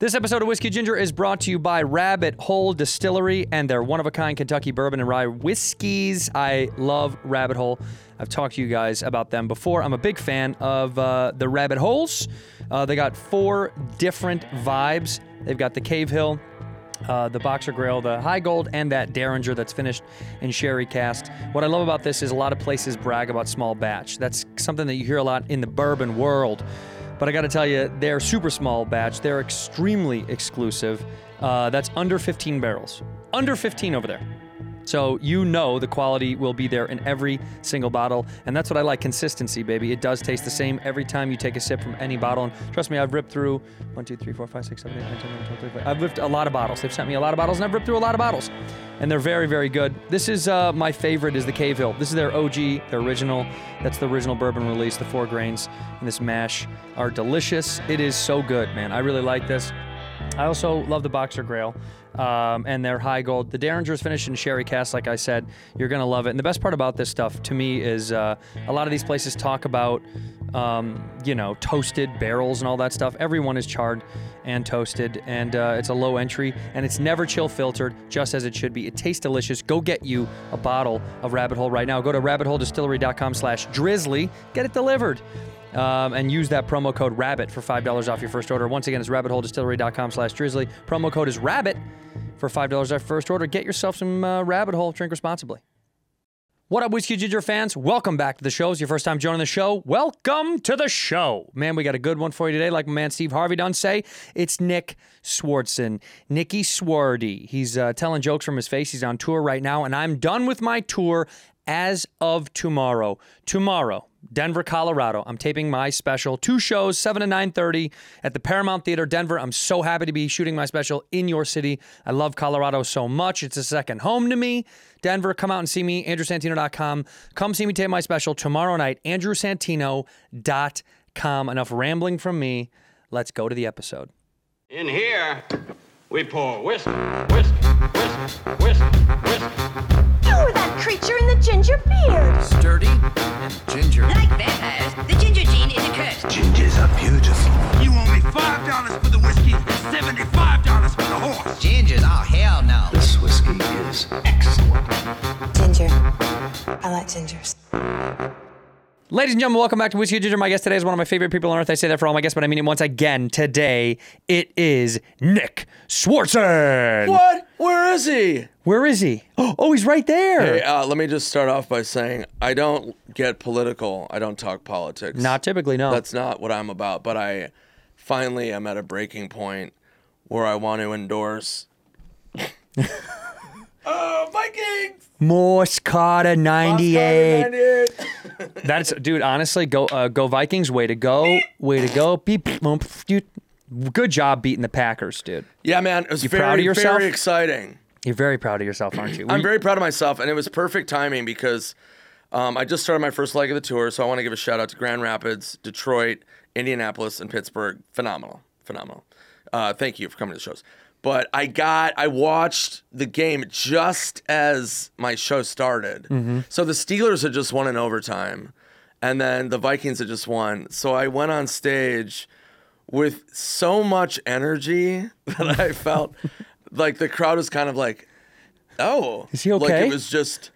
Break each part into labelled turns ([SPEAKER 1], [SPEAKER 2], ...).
[SPEAKER 1] This episode of Whiskey Ginger is brought to you by Rabbit Hole Distillery and their one of a kind Kentucky bourbon and rye whiskeys. I love Rabbit Hole. I've talked to you guys about them before. I'm a big fan of uh, the Rabbit Holes. Uh, they got four different vibes. They've got the Cave Hill, uh, the Boxer Grail, the High Gold, and that Derringer that's finished in sherry cast. What I love about this is a lot of places brag about small batch. That's something that you hear a lot in the bourbon world. But I got to tell you, they're super small batch. They're extremely exclusive. Uh, that's under 15 barrels. Under 15 over there. So you know the quality will be there in every single bottle. And that's what I like consistency, baby. It does taste the same every time you take a sip from any bottle. And trust me, I've ripped through 1, 2, 3, 4, 5, 6, 7, 8, 9, 10, 11, 12, 13, 14. I've ripped a lot of bottles. They've sent me a lot of bottles, and I've ripped through a lot of bottles. And they're very, very good. This is uh, my favorite is the Cave Hill. This is their OG, their original. That's the original bourbon release. The four grains and this mash are delicious. It is so good, man. I really like this. I also love the Boxer Grail um, and their high gold. The Derringer's finished in sherry cast, like I said. You're going to love it. And the best part about this stuff to me is uh, a lot of these places talk about, um, you know, toasted barrels and all that stuff. Everyone is charred and toasted, and uh, it's a low entry, and it's never chill filtered, just as it should be. It tastes delicious. Go get you a bottle of Rabbit Hole right now. Go to rabbitholedistillery.com slash drizzly. Get it delivered um, and use that promo code rabbit for $5 off your first order once again it's rabbitholedistillery.com slash drizzly promo code is rabbit for $5 off your first order get yourself some uh, rabbit hole drink responsibly what up, Whiskey Ginger fans? Welcome back to the show. It's your first time joining the show. Welcome to the show. Man, we got a good one for you today. Like my man Steve Harvey done say, it's Nick Swartzen, Nicky Swarty. He's uh, telling jokes from his face. He's on tour right now, and I'm done with my tour as of tomorrow. Tomorrow, Denver, Colorado. I'm taping my special. Two shows, 7 to 9.30 at the Paramount Theater, Denver. I'm so happy to be shooting my special in your city. I love Colorado so much. It's a second home to me. Denver, come out and see me, andrewsantino.com. Come see me tape my special tomorrow night, andrewsantino.com. Enough rambling from me. Let's go to the episode.
[SPEAKER 2] In here, we pour whiskey, whiskey, whiskey, whiskey, whiskey.
[SPEAKER 3] You were that creature in the ginger beard.
[SPEAKER 4] sturdy and ginger.
[SPEAKER 5] Like vampires, the ginger gene is a curse.
[SPEAKER 4] Gingers are beautiful.
[SPEAKER 6] You owe me five dollars for the whiskey and seventy-five dollars for the horse.
[SPEAKER 5] Gingers? Oh, hell no.
[SPEAKER 4] This whiskey is excellent.
[SPEAKER 7] Ginger. I like gingers.
[SPEAKER 1] Ladies and gentlemen, welcome back to Whiskey Ginger. My guest today is one of my favorite people on earth. I say that for all my guests, but I mean it once again today. It is Nick Swartzen.
[SPEAKER 8] What? Where is he?
[SPEAKER 1] Where is he? Oh, he's right there.
[SPEAKER 8] Hey, uh, let me just start off by saying I don't get political. I don't talk politics.
[SPEAKER 1] Not typically, no.
[SPEAKER 8] That's not what I'm about. But I finally am at a breaking point where I want to endorse. Oh, Vikings!
[SPEAKER 1] Morse Carter 98.
[SPEAKER 8] 98.
[SPEAKER 1] That's dude, honestly, go uh, go Vikings, way to go. Way to go. Beep, boom, pff, you- Good job beating the Packers, dude.
[SPEAKER 8] Yeah, man, it was
[SPEAKER 1] You
[SPEAKER 8] very,
[SPEAKER 1] proud of yourself?
[SPEAKER 8] very exciting.
[SPEAKER 1] You're very proud of yourself, aren't you?
[SPEAKER 8] I'm
[SPEAKER 1] We-
[SPEAKER 8] very proud of myself, and it was perfect timing because um, I just started my first leg of the tour, so I want to give a shout out to Grand Rapids, Detroit, Indianapolis, and Pittsburgh. Phenomenal, phenomenal. Uh, thank you for coming to the shows. But I got, I watched the game just as my show started.
[SPEAKER 1] Mm-hmm.
[SPEAKER 8] So the Steelers had just won in overtime, and then the Vikings had just won. So I went on stage with so much energy that I felt like the crowd was kind of like, oh,
[SPEAKER 1] Is he
[SPEAKER 8] Like
[SPEAKER 1] okay?
[SPEAKER 8] it was just.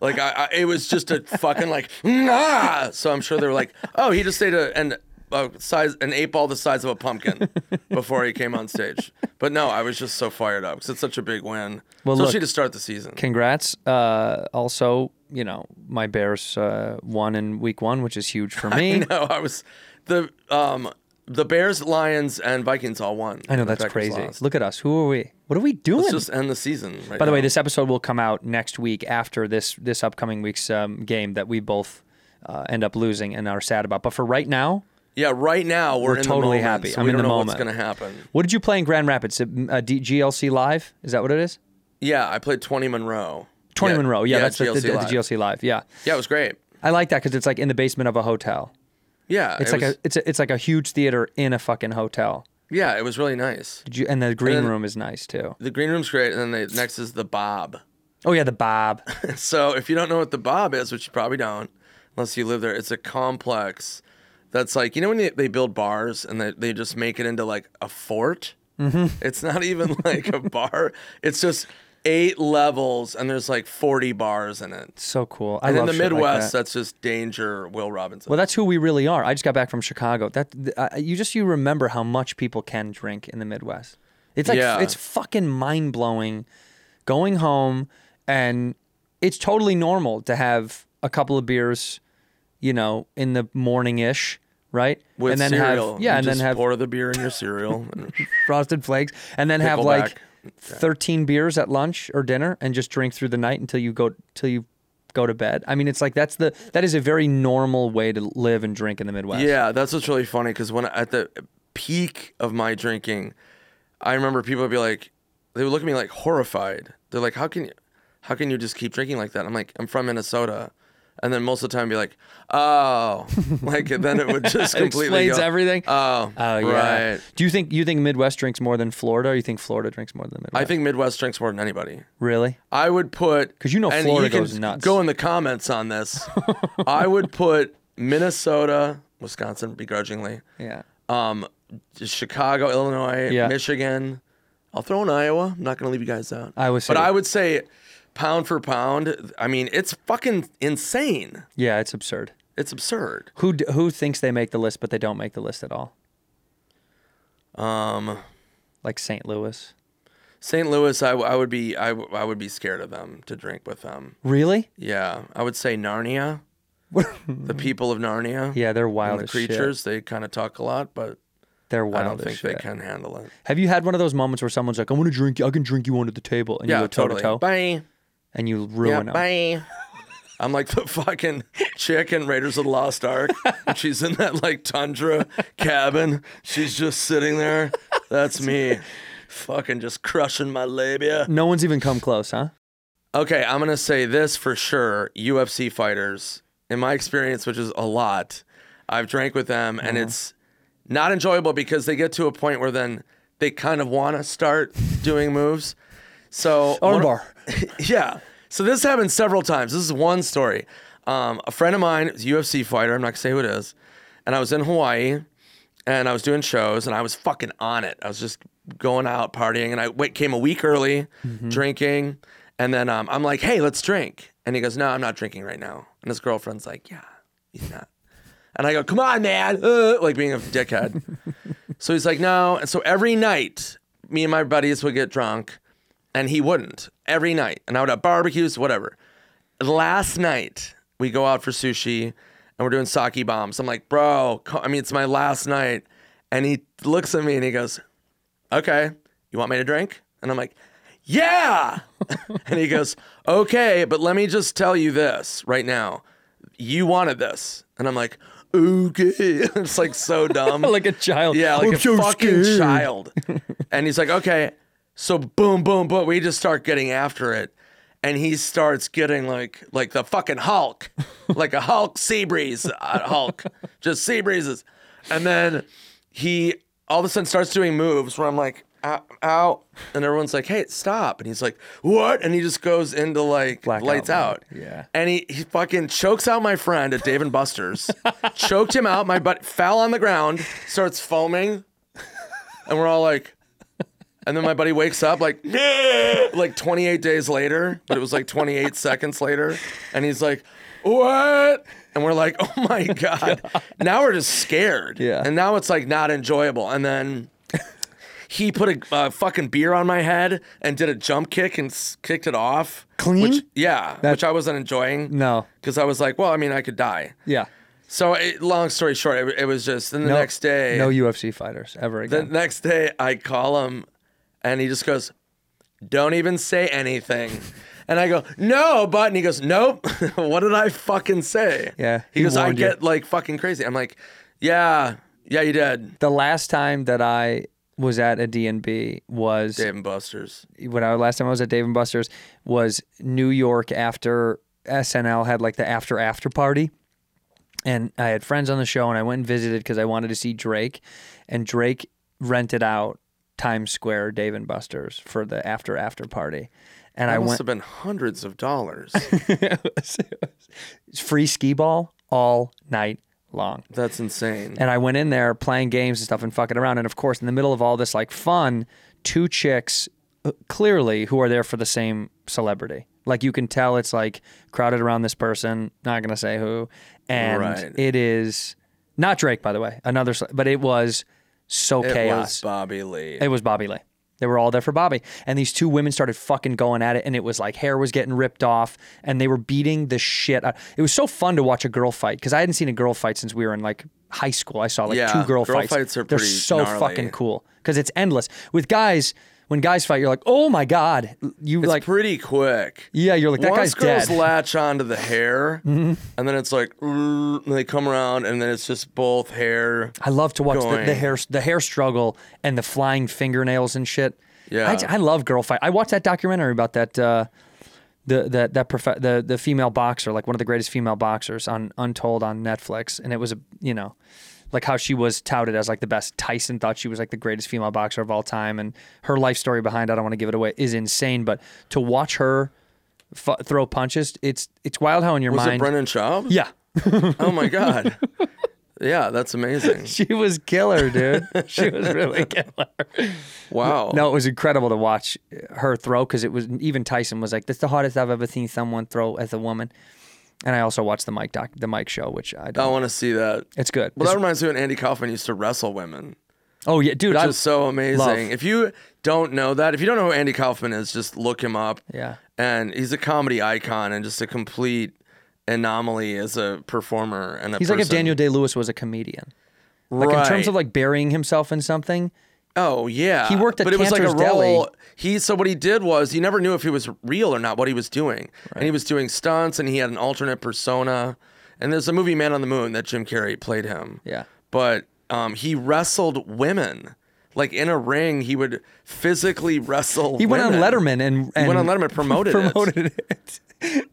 [SPEAKER 8] Like I, I, it was just a fucking like nah. So I'm sure they were like, oh, he just ate a an a size an eight ball the size of a pumpkin before he came on stage. But no, I was just so fired up because it's such a big win,
[SPEAKER 1] Well,
[SPEAKER 8] especially
[SPEAKER 1] look-
[SPEAKER 8] to start the season.
[SPEAKER 1] Congrats. Uh, also, you know, my Bears uh, won in week one, which is huge for me.
[SPEAKER 8] no, I was the um the Bears, Lions, and Vikings all won.
[SPEAKER 1] I know
[SPEAKER 8] The
[SPEAKER 1] that's
[SPEAKER 8] Packers
[SPEAKER 1] crazy.
[SPEAKER 8] lost.
[SPEAKER 1] Look at us. Who are we? What are we doing?
[SPEAKER 8] Let's just end the season. Right
[SPEAKER 1] By the way,
[SPEAKER 8] now.
[SPEAKER 1] this episode will come out next week after this this upcoming week's um, game that we both uh, end up losing and are sad about. But for right now,
[SPEAKER 8] yeah, right now we're,
[SPEAKER 1] We're
[SPEAKER 8] in
[SPEAKER 1] totally
[SPEAKER 8] the moment,
[SPEAKER 1] happy.
[SPEAKER 8] so
[SPEAKER 1] I'm
[SPEAKER 8] we
[SPEAKER 1] in
[SPEAKER 8] don't
[SPEAKER 1] the
[SPEAKER 8] know
[SPEAKER 1] moment.
[SPEAKER 8] what's gonna happen.
[SPEAKER 1] what did you play in Grand Rapids? Uh, D- GLC Live? Is that what it is?
[SPEAKER 8] Yeah, I played Twenty Monroe.
[SPEAKER 1] 20 Monroe. Yeah, that's the-
[SPEAKER 8] GLC
[SPEAKER 1] the, the,
[SPEAKER 8] Live.
[SPEAKER 1] GLC Live. Yeah.
[SPEAKER 8] Yeah, it was great.
[SPEAKER 1] I like that because it's like in the basement of a hotel.
[SPEAKER 8] Yeah,
[SPEAKER 1] It's
[SPEAKER 8] it
[SPEAKER 1] like
[SPEAKER 8] was-
[SPEAKER 1] a it's a, it's like a huge theater in a fucking hotel.
[SPEAKER 8] yeah, it was really nice.
[SPEAKER 1] Did you, and the green
[SPEAKER 8] then-
[SPEAKER 1] room is nice too.
[SPEAKER 8] The green room's great, and then the next is the Bob.
[SPEAKER 1] Oh yeah, the Bob.
[SPEAKER 8] So if you don't know what the Bob is, which you probably don't, unless you live there, it's a complex that's like you know when they, they build bars and they, they just make it into like a fort.
[SPEAKER 1] Mm-hmm.
[SPEAKER 8] It's not even like a bar. It's just eight levels, and there's like 40 bars in it.
[SPEAKER 1] So cool. I
[SPEAKER 8] And
[SPEAKER 1] love
[SPEAKER 8] in the
[SPEAKER 1] shit like
[SPEAKER 8] Midwest,
[SPEAKER 1] that.
[SPEAKER 8] that's just danger. Will Robinson.
[SPEAKER 1] Well, that's who we really are. I just got back from Chicago. That th- I- you just you remember how much people can drink in the Midwest. It's like
[SPEAKER 8] Yeah.
[SPEAKER 1] it's fucking mind blowing. Going home and it's totally normal to have a couple of beers, you know, in the morning ish, right?
[SPEAKER 8] With
[SPEAKER 1] and then
[SPEAKER 8] cereal,
[SPEAKER 1] have yeah,
[SPEAKER 8] You
[SPEAKER 1] and then
[SPEAKER 8] just
[SPEAKER 1] have
[SPEAKER 8] pour the beer in your cereal. and-
[SPEAKER 1] frosted flakes, and then have like
[SPEAKER 8] Pickleback.
[SPEAKER 1] thirteen beers at lunch or dinner, and just drink through the night until you go till you go to bed. I mean, it's like that's the that is a very normal way to live and drink in the Midwest.
[SPEAKER 8] Yeah, that's what's really funny because when at the peak of my drinking, I remember people would be like, they would look at me like horrified. They're like, "How can you, how can you just keep drinking like that?" I'm like, "I'm from Minnesota," and then most of the time be like, "Oh," like then it would just completely
[SPEAKER 1] explains
[SPEAKER 8] go,
[SPEAKER 1] everything.
[SPEAKER 8] Oh,
[SPEAKER 1] Oh yeah.
[SPEAKER 8] right.
[SPEAKER 1] Do you think you think Midwest drinks more than Florida, or you think Florida drinks more than Midwest?
[SPEAKER 8] I think Midwest drinks more than anybody.
[SPEAKER 1] really.
[SPEAKER 8] I would put
[SPEAKER 1] 'Cause you know
[SPEAKER 8] and
[SPEAKER 1] Florida
[SPEAKER 8] you can
[SPEAKER 1] goes nuts.
[SPEAKER 8] Go in the comments on this. I would put Minnesota, Wisconsin, begrudgingly.
[SPEAKER 1] Yeah.
[SPEAKER 8] um, Chicago, Illinois,
[SPEAKER 1] Yeah.
[SPEAKER 8] Michigan. I'll throw in Iowa. I'm not going to leave you guys out.
[SPEAKER 1] I would say-
[SPEAKER 8] but I would say, pound for pound, I mean, it's fucking insane.
[SPEAKER 1] Yeah, it's absurd.
[SPEAKER 8] It's absurd.
[SPEAKER 1] Who d- who thinks they make the list, but they don't make the list at all?
[SPEAKER 8] Um,
[SPEAKER 1] Like St. Louis.
[SPEAKER 8] St. Louis, I, w- I would be, I, w- I would be scared of them to drink with them.
[SPEAKER 1] Really?
[SPEAKER 8] Yeah, I would say Narnia, the people of Narnia.
[SPEAKER 1] Yeah, they're
[SPEAKER 8] and
[SPEAKER 1] wild
[SPEAKER 8] the
[SPEAKER 1] as shit.
[SPEAKER 8] creatures. They kind of talk a lot, but
[SPEAKER 1] They're
[SPEAKER 8] I
[SPEAKER 1] wild
[SPEAKER 8] don't
[SPEAKER 1] as
[SPEAKER 8] think
[SPEAKER 1] shit.
[SPEAKER 8] they can handle it.
[SPEAKER 1] Have you had one of those moments where someone's like, "I'm gonna drink you. I can drink you under the table," and you
[SPEAKER 8] Yeah,
[SPEAKER 1] go toe
[SPEAKER 8] totally.
[SPEAKER 1] to toe,
[SPEAKER 8] Bye.
[SPEAKER 1] and you
[SPEAKER 8] Yeah,
[SPEAKER 1] ruin 'em?
[SPEAKER 8] bye. I'm like the fucking chick in Raiders of the Lost Ark. And she's in that like tundra cabin. She's just sitting there. That's me. Fucking just crushing my labia.
[SPEAKER 1] No one's even come close, huh?
[SPEAKER 8] Okay, I'm gonna say this for sure. UFC fighters, in my experience, which is a lot, I've drank with them, and
[SPEAKER 1] Uh-huh.
[SPEAKER 8] it's not enjoyable because they get to a point where then they kind of want to start doing moves. So one-
[SPEAKER 1] Armbar.
[SPEAKER 8] yeah. So this happened several times. This is one story. Um, a friend of mine, is a UFC fighter, I'm not gonna say who it is, and I was in Hawaii and I was doing shows and I was fucking on it. I was just going out partying and I wait, came a week early, drinking, and then um, I'm like, hey, let's drink. And he goes, no, I'm not drinking right now. And his girlfriend's like, yeah, he's not. And I go, come on, man, uh," like being a dickhead. So he's like, no. And so every night, me and my buddies would get drunk, and he wouldn't every night. And I would have barbecues, whatever. Last night, we go out for sushi and we're doing sake bombs. I'm like, bro, co- I mean, it's my last night. And he looks at me and he goes, okay, you want me to drink? And I'm like, yeah. and he goes, okay, but let me just tell you this right now. You wanted this. And I'm like, okay. it's like so dumb.
[SPEAKER 1] like a child.
[SPEAKER 8] Yeah, like
[SPEAKER 1] I'm
[SPEAKER 8] a
[SPEAKER 1] so
[SPEAKER 8] fucking
[SPEAKER 1] scared.
[SPEAKER 8] child. and he's like, okay. So boom, boom, boom. We just start getting after it. And he starts getting like like the fucking Hulk. like a Hulk sea breeze. uh, Hulk. Just sea breezes. And then he all of a sudden starts doing moves where I'm like, ow, ow. And everyone's like, hey, stop. And he's like, what? And he just goes into like
[SPEAKER 1] Blackout
[SPEAKER 8] lights
[SPEAKER 1] mode.
[SPEAKER 8] out.
[SPEAKER 1] Yeah.
[SPEAKER 8] And he, he fucking chokes out my friend at Dave and Buster's, choked him out. My butt fell on the ground, starts foaming. And we're all like, and then my buddy wakes up like, like 28 days later, but it was like 28 seconds later. And he's like, what? And we're like, oh my God. Now we're just scared.
[SPEAKER 1] Yeah.
[SPEAKER 8] And now it's like not enjoyable. And then he put a uh, fucking beer on my head and did a jump kick and s- kicked it off.
[SPEAKER 1] Clean?
[SPEAKER 8] Which, yeah.
[SPEAKER 1] That-
[SPEAKER 8] which I wasn't enjoying.
[SPEAKER 1] No.
[SPEAKER 8] Because I was like, well, I mean, I could die.
[SPEAKER 1] Yeah.
[SPEAKER 8] So, it, long story short, it, it was just, then the
[SPEAKER 1] No-
[SPEAKER 8] next day,
[SPEAKER 1] No UFC fighters ever
[SPEAKER 8] the
[SPEAKER 1] again.
[SPEAKER 8] next day I call him and he just goes, don't even say anything. And I go, no, but, and he goes, nope. what did I fucking say?
[SPEAKER 1] Yeah,
[SPEAKER 8] He,
[SPEAKER 1] he
[SPEAKER 8] goes, I
[SPEAKER 1] warned you.
[SPEAKER 8] get like fucking crazy. I'm like, yeah, yeah, you did.
[SPEAKER 1] the last time that I was at a D&B was
[SPEAKER 8] Dave and Buster's.
[SPEAKER 1] when I last time I was at Dave and Buster's was New York after SNL had like the after after party. And I had friends on the show and I went and visited because I wanted to see Drake. And Drake rented out Times Square Dave and Buster's for the after after party. And I
[SPEAKER 8] That must
[SPEAKER 1] went
[SPEAKER 8] have been hundreds of dollars.
[SPEAKER 1] It's free skee ball all night long.
[SPEAKER 8] That's insane.
[SPEAKER 1] And I went in there playing games and stuff and fucking around. And of course, in the middle of all this like fun, two chicks uh, clearly who are there for the same celebrity. Like you can tell it's like crowded around this person, not going to say who. And
[SPEAKER 8] Right.
[SPEAKER 1] it is not Drake, by the way, another, ce- but it was so
[SPEAKER 8] It was
[SPEAKER 1] chaos.
[SPEAKER 8] Bobby Lee.
[SPEAKER 1] It was Bobby Lee. They were all there for Bobby. And these two women started fucking going at it. And it was like hair was getting ripped off and they were beating the shit out. It was so fun to watch a girl fight because I hadn't seen a girl fight since we were in like high school. I saw like
[SPEAKER 8] Yeah,
[SPEAKER 1] two girl,
[SPEAKER 8] girl
[SPEAKER 1] fights.
[SPEAKER 8] fights are
[SPEAKER 1] They're
[SPEAKER 8] pretty
[SPEAKER 1] so
[SPEAKER 8] gnarly.
[SPEAKER 1] fucking cool because it's endless. With guys, when guys fight, you're like, oh my God. You
[SPEAKER 8] It's
[SPEAKER 1] like,
[SPEAKER 8] pretty quick.
[SPEAKER 1] Yeah, you're like, that guy's
[SPEAKER 8] Once girls
[SPEAKER 1] dead. Mm-hmm.
[SPEAKER 8] latch onto the hair, and then it's like, "Ooh," and they come around, and then it's just both hair.
[SPEAKER 1] I love to watch the,
[SPEAKER 8] going.
[SPEAKER 1] the hair the hair struggle and the flying fingernails and shit.
[SPEAKER 8] Yeah.
[SPEAKER 1] I, I love girl fight. I watched that documentary about that uh, the that that prof- the the female boxer, like one of the greatest female boxers on Untold on Netflix, and it was a you know like how she was touted as like the best. Tyson thought she was like the greatest female boxer of all time, and her life story behind I don't want to give it away is insane. But to watch her fu- throw punches, it's it's wild how in your
[SPEAKER 8] Was
[SPEAKER 1] mind.
[SPEAKER 8] it Brendan Schaub?
[SPEAKER 1] yeah,
[SPEAKER 8] Oh my god. yeah, that's amazing.
[SPEAKER 1] she was killer, dude. she was really killer.
[SPEAKER 8] Wow.
[SPEAKER 1] No, it was incredible to watch her throw because it was even Tyson was like, "That's the hardest I've ever seen someone throw as a woman." And I also watched the Mike doc, the Mike show, which I
[SPEAKER 8] I
[SPEAKER 1] don't.
[SPEAKER 8] want to see that.
[SPEAKER 1] It's good.
[SPEAKER 8] Oh. Well,
[SPEAKER 1] It's-
[SPEAKER 8] that reminds me when Andy Kaufman used to wrestle women.
[SPEAKER 1] oh yeah, dude, I
[SPEAKER 8] Which is so amazing. If you don't know that, if you don't know who Andy Kaufman is, just look him up.
[SPEAKER 1] Yeah.
[SPEAKER 8] And he's a comedy icon and just a complete anomaly as a performer and a
[SPEAKER 1] he's like if
[SPEAKER 8] person.
[SPEAKER 1] Daniel Day Lewis was a comedian, like in terms
[SPEAKER 8] Right.
[SPEAKER 1] of like burying himself in something.
[SPEAKER 8] Oh yeah,
[SPEAKER 1] He worked at
[SPEAKER 8] but it was like a
[SPEAKER 1] Cantor's Deli.
[SPEAKER 8] role. He so what he did was you never knew if he was real or not what he was doing, and he was doing stunts and he had an alternate persona. And there's a movie Man on the Moon that Jim Carrey played him.
[SPEAKER 1] Yeah.
[SPEAKER 8] but um, he wrestled women. Like in a ring, he would physically wrestle.
[SPEAKER 1] He went on
[SPEAKER 8] women.
[SPEAKER 1] Letterman and,
[SPEAKER 8] He
[SPEAKER 1] and
[SPEAKER 8] went on Letterman, promoted, it.
[SPEAKER 1] promoted it,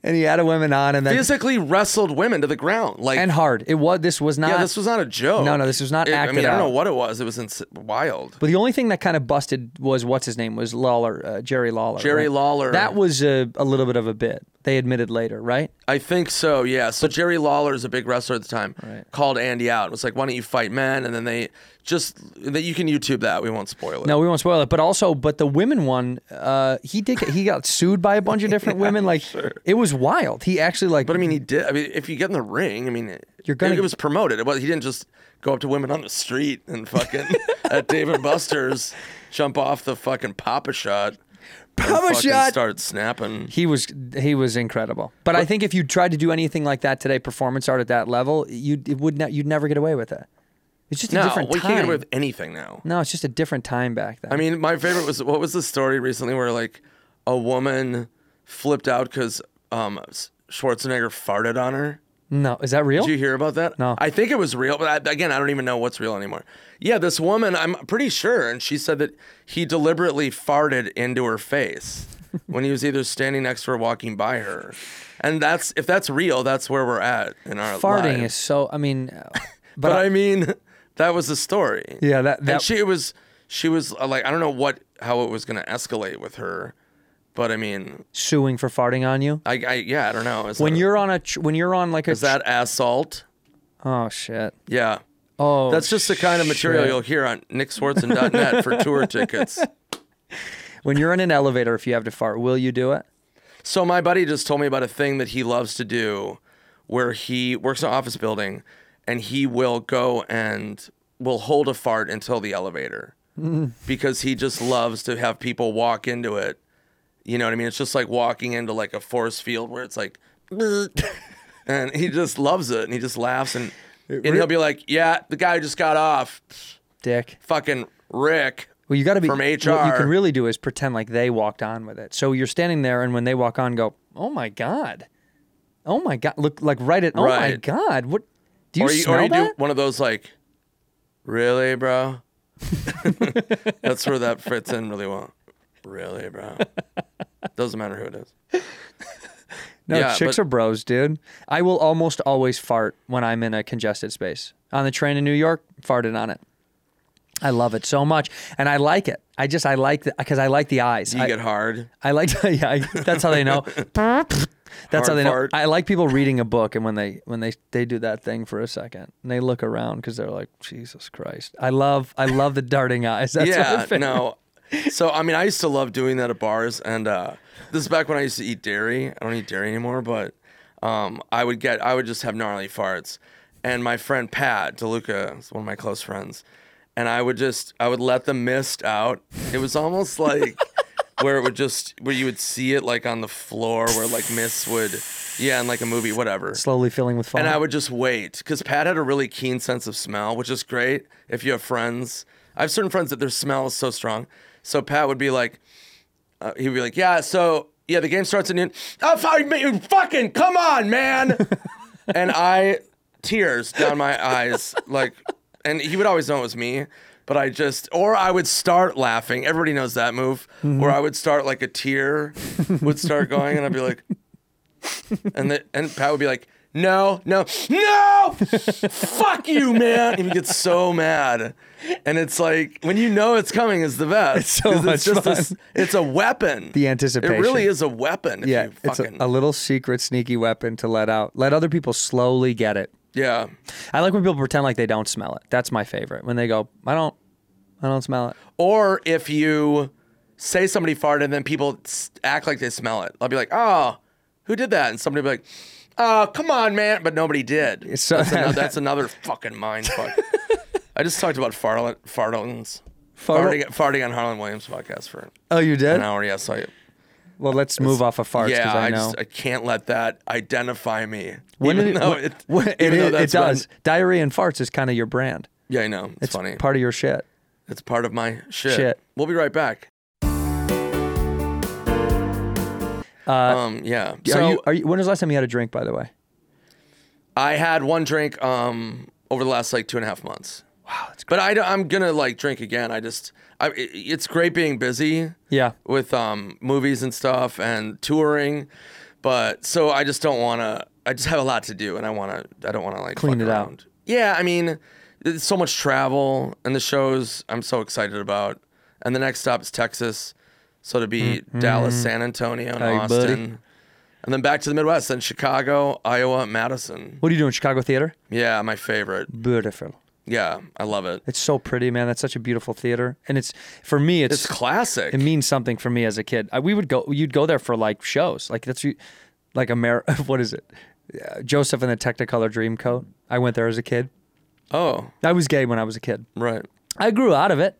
[SPEAKER 1] and he had a women on and then
[SPEAKER 8] Physically wrestled women to the ground. Like
[SPEAKER 1] and hard. It was this was not.
[SPEAKER 8] yeah, this was not a joke.
[SPEAKER 1] No, no, this was not
[SPEAKER 8] It- I
[SPEAKER 1] acted
[SPEAKER 8] mean, I don't
[SPEAKER 1] out.
[SPEAKER 8] know what it was. It was ins- wild.
[SPEAKER 1] But the only thing that kind of busted was what's his name was Lawler, uh, Jerry Lawler.
[SPEAKER 8] Jerry
[SPEAKER 1] right?
[SPEAKER 8] Lawler.
[SPEAKER 1] That was a, a little bit of a bit. They admitted later, right?
[SPEAKER 8] I think so, yeah. So Jerry Lawler is a big wrestler at the time. Called Andy out. Was like, why don't you fight men? And then they just that you can YouTube that. We won't spoil it.
[SPEAKER 1] No, we won't spoil it. But also, but the women one, uh, he did. get- He got sued by a bunch of different women. Like it was wild. He actually like.
[SPEAKER 8] But I mean, he did. I mean, if you get in the ring, I mean, it-
[SPEAKER 1] You're gonna-
[SPEAKER 8] It, was promoted. It was, he didn't just go up to women on the street and fucking at Dave and Buster's jump off the fucking Papa Shot. and
[SPEAKER 1] Papa
[SPEAKER 8] fucking
[SPEAKER 1] Shot!
[SPEAKER 8] Start snapping.
[SPEAKER 1] he was he was incredible. But I think if you tried to do anything like that today, performance art at that level, you it would not you'd never get away with it. It's just a
[SPEAKER 8] No,
[SPEAKER 1] different
[SPEAKER 8] we
[SPEAKER 1] time.
[SPEAKER 8] can't get away with anything now.
[SPEAKER 1] no, it's just a different time back then.
[SPEAKER 8] I mean, my favorite was what was the story recently where like a woman flipped out because um, S- Schwarzenegger farted on her.
[SPEAKER 1] no, is that real?
[SPEAKER 8] Did you hear about that?
[SPEAKER 1] No.
[SPEAKER 8] I think it was real, but I, again, I don't even know what's real anymore. Yeah, this woman, I'm pretty sure, and she said that he deliberately farted into her face when he was either standing next to her or walking by her. And that's if that's real, that's where we're at in our
[SPEAKER 1] Farting
[SPEAKER 8] lives.
[SPEAKER 1] is so. I mean, uh,
[SPEAKER 8] But,
[SPEAKER 1] I-
[SPEAKER 8] I mean, that was the story.
[SPEAKER 1] Yeah, that-
[SPEAKER 8] and
[SPEAKER 1] that-
[SPEAKER 8] she was she was uh, like I don't know what how it was gonna escalate with her, but I mean,
[SPEAKER 1] suing for farting on you.
[SPEAKER 8] I, I yeah, I don't know. Is
[SPEAKER 1] When
[SPEAKER 8] that,
[SPEAKER 1] you're on a tr- when you're on like a
[SPEAKER 8] is that assault?
[SPEAKER 1] tr- oh shit
[SPEAKER 8] Yeah.
[SPEAKER 1] oh
[SPEAKER 8] That's just the kind of material
[SPEAKER 1] shit.
[SPEAKER 8] you'll hear on nickswartzen.net for tour tickets.
[SPEAKER 1] when you're in an elevator if you have to fart will you do it
[SPEAKER 8] So my buddy just told me about a thing that he loves to do where he works in an office building and he will go and will hold a fart until the elevator because he just loves to have people walk into it. You know what I mean? It's just like walking into like a force field where it's like and he just loves it and he just laughs and and he'll be like, "Yeah, the guy who just got off,
[SPEAKER 1] dick
[SPEAKER 8] fucking Rick."
[SPEAKER 1] well you got to be
[SPEAKER 8] From
[SPEAKER 1] what you
[SPEAKER 8] HR.
[SPEAKER 1] can really do is pretend like they walked on with it so you're standing there and when they walk on go oh my god oh my god look like right at oh my
[SPEAKER 8] Right.
[SPEAKER 1] god what do you
[SPEAKER 8] or you,
[SPEAKER 1] smell
[SPEAKER 8] or you do
[SPEAKER 1] that
[SPEAKER 8] one of those like, really, bro. That's where that fits in really well. Really, bro. Doesn't matter who it is.
[SPEAKER 1] no
[SPEAKER 8] yeah,
[SPEAKER 1] chicks
[SPEAKER 8] but-
[SPEAKER 1] are bros dude I will almost always fart when I'm in a congested space on the train in New York farted on it I love it so much, and I like it. I just I like because I like the eyes.
[SPEAKER 8] You
[SPEAKER 1] I,
[SPEAKER 8] get hard.
[SPEAKER 1] I like yeah. I, that's how they know. that's how
[SPEAKER 8] Hard
[SPEAKER 1] they know.
[SPEAKER 8] fart.
[SPEAKER 1] I like people reading a book and when they when they they do that thing for a second and they look around because they're like Jesus Christ. I love I love the darting eyes. That's my
[SPEAKER 8] yeah,
[SPEAKER 1] favorite.
[SPEAKER 8] no. So I mean, I used to love doing that at bars, and uh, this is back when I used to eat dairy. I don't eat dairy anymore, but um, I would get, I would just have gnarly farts. And my friend Pat DeLuca is one of my close friends, and I would just, I would let the mist out. It was almost like where it would just, where you would see it like on the floor, where like mist would, yeah, in like a movie, whatever.
[SPEAKER 1] slowly filling with fun.
[SPEAKER 8] And I would just wait because Pat had a really keen sense of smell, which is great if you have friends. I have certain friends that their smell is so strong. So Pat would be like, uh, he'd be like, yeah, so yeah, the game starts at noon. Oh, fuck, man, fucking come on, man. and I, tears down my eyes, like, and he would always know it was me. But I just, or I would start laughing. Everybody knows that move,
[SPEAKER 1] Mm-hmm.
[SPEAKER 8] where I would start like a tear would start going, and I'd be like, and the, and Pat would be like, "No, no, no! Fuck you, man!" And he gets so mad, and it's like when you know it's coming is the best.
[SPEAKER 1] It's so
[SPEAKER 8] 'cause
[SPEAKER 1] much
[SPEAKER 8] just a s-
[SPEAKER 1] fun.
[SPEAKER 8] it's a weapon.
[SPEAKER 1] The anticipation.
[SPEAKER 8] It really is a weapon. If
[SPEAKER 1] yeah,
[SPEAKER 8] you
[SPEAKER 1] it's a,
[SPEAKER 8] fucking,
[SPEAKER 1] a little secret sneaky weapon to let out. Let other people slowly get it.
[SPEAKER 8] yeah.
[SPEAKER 1] I like when people pretend like they don't smell it. That's my favorite. When they go, I don't, I don't smell it.
[SPEAKER 8] Or if you say somebody farted and then people s- act like they smell it, I'll be like, "Oh, who did that?" And somebody will be like. Oh, come on, man. But nobody did.
[SPEAKER 1] So-
[SPEAKER 8] that's, another, that's another fucking mind fuck. I just talked about farl- fartlings. farting, farting on Harlan Williams podcast for
[SPEAKER 1] Oh, you did?
[SPEAKER 8] an hour. Yeah, so I,
[SPEAKER 1] Well, let's move off of farts because
[SPEAKER 8] yeah,
[SPEAKER 1] I
[SPEAKER 8] I,
[SPEAKER 1] know.
[SPEAKER 8] just I can't let that identify me.
[SPEAKER 1] When
[SPEAKER 8] even
[SPEAKER 1] did it-
[SPEAKER 8] though
[SPEAKER 1] when-
[SPEAKER 8] it,
[SPEAKER 1] when- it
[SPEAKER 8] even though
[SPEAKER 1] is- it
[SPEAKER 8] that's when-
[SPEAKER 1] does. Diarrhea and farts is kind of your brand.
[SPEAKER 8] yeah, I know. It's,
[SPEAKER 1] It's
[SPEAKER 8] funny.
[SPEAKER 1] part of your shit.
[SPEAKER 8] it's part of my shit.
[SPEAKER 1] Shit. Uh,
[SPEAKER 8] We'll be right back. um. Yeah. So
[SPEAKER 1] are you, are you, when was the last time you had a drink, by the way?
[SPEAKER 8] I had one drink. Um. Over the last like two and a half months. Wow. That's but I don't- I'm gonna like drink again. I just. I. It, it's great being busy.
[SPEAKER 1] Yeah.
[SPEAKER 8] with um movies and stuff and touring but so i just don't want to i just have a lot to do and i want to i don't want to like
[SPEAKER 1] Clean
[SPEAKER 8] fuck
[SPEAKER 1] it out.
[SPEAKER 8] around. yeah i mean it's so much travel and the shows i'm so excited about and the next stop is texas so to be dallas san antonio and
[SPEAKER 1] Mm-hmm. Hey, buddy.
[SPEAKER 8] austin and then back to the midwest then chicago iowa madison
[SPEAKER 1] What are you doing, Chicago theater?
[SPEAKER 8] yeah my favorite
[SPEAKER 1] Beautiful.
[SPEAKER 8] yeah i love it
[SPEAKER 1] It's so pretty, man. That's such a beautiful theater, and it's for me. It's,
[SPEAKER 8] it's classic
[SPEAKER 1] it means something for me as a kid. I, we would go. You'd go there for like shows. Like that's you- like Amer. What is it? Uh, Joseph and the Technicolor Dreamcoat. I went there as a kid.
[SPEAKER 8] oh
[SPEAKER 1] I was gay when I was a kid.
[SPEAKER 8] right
[SPEAKER 1] I grew out of it.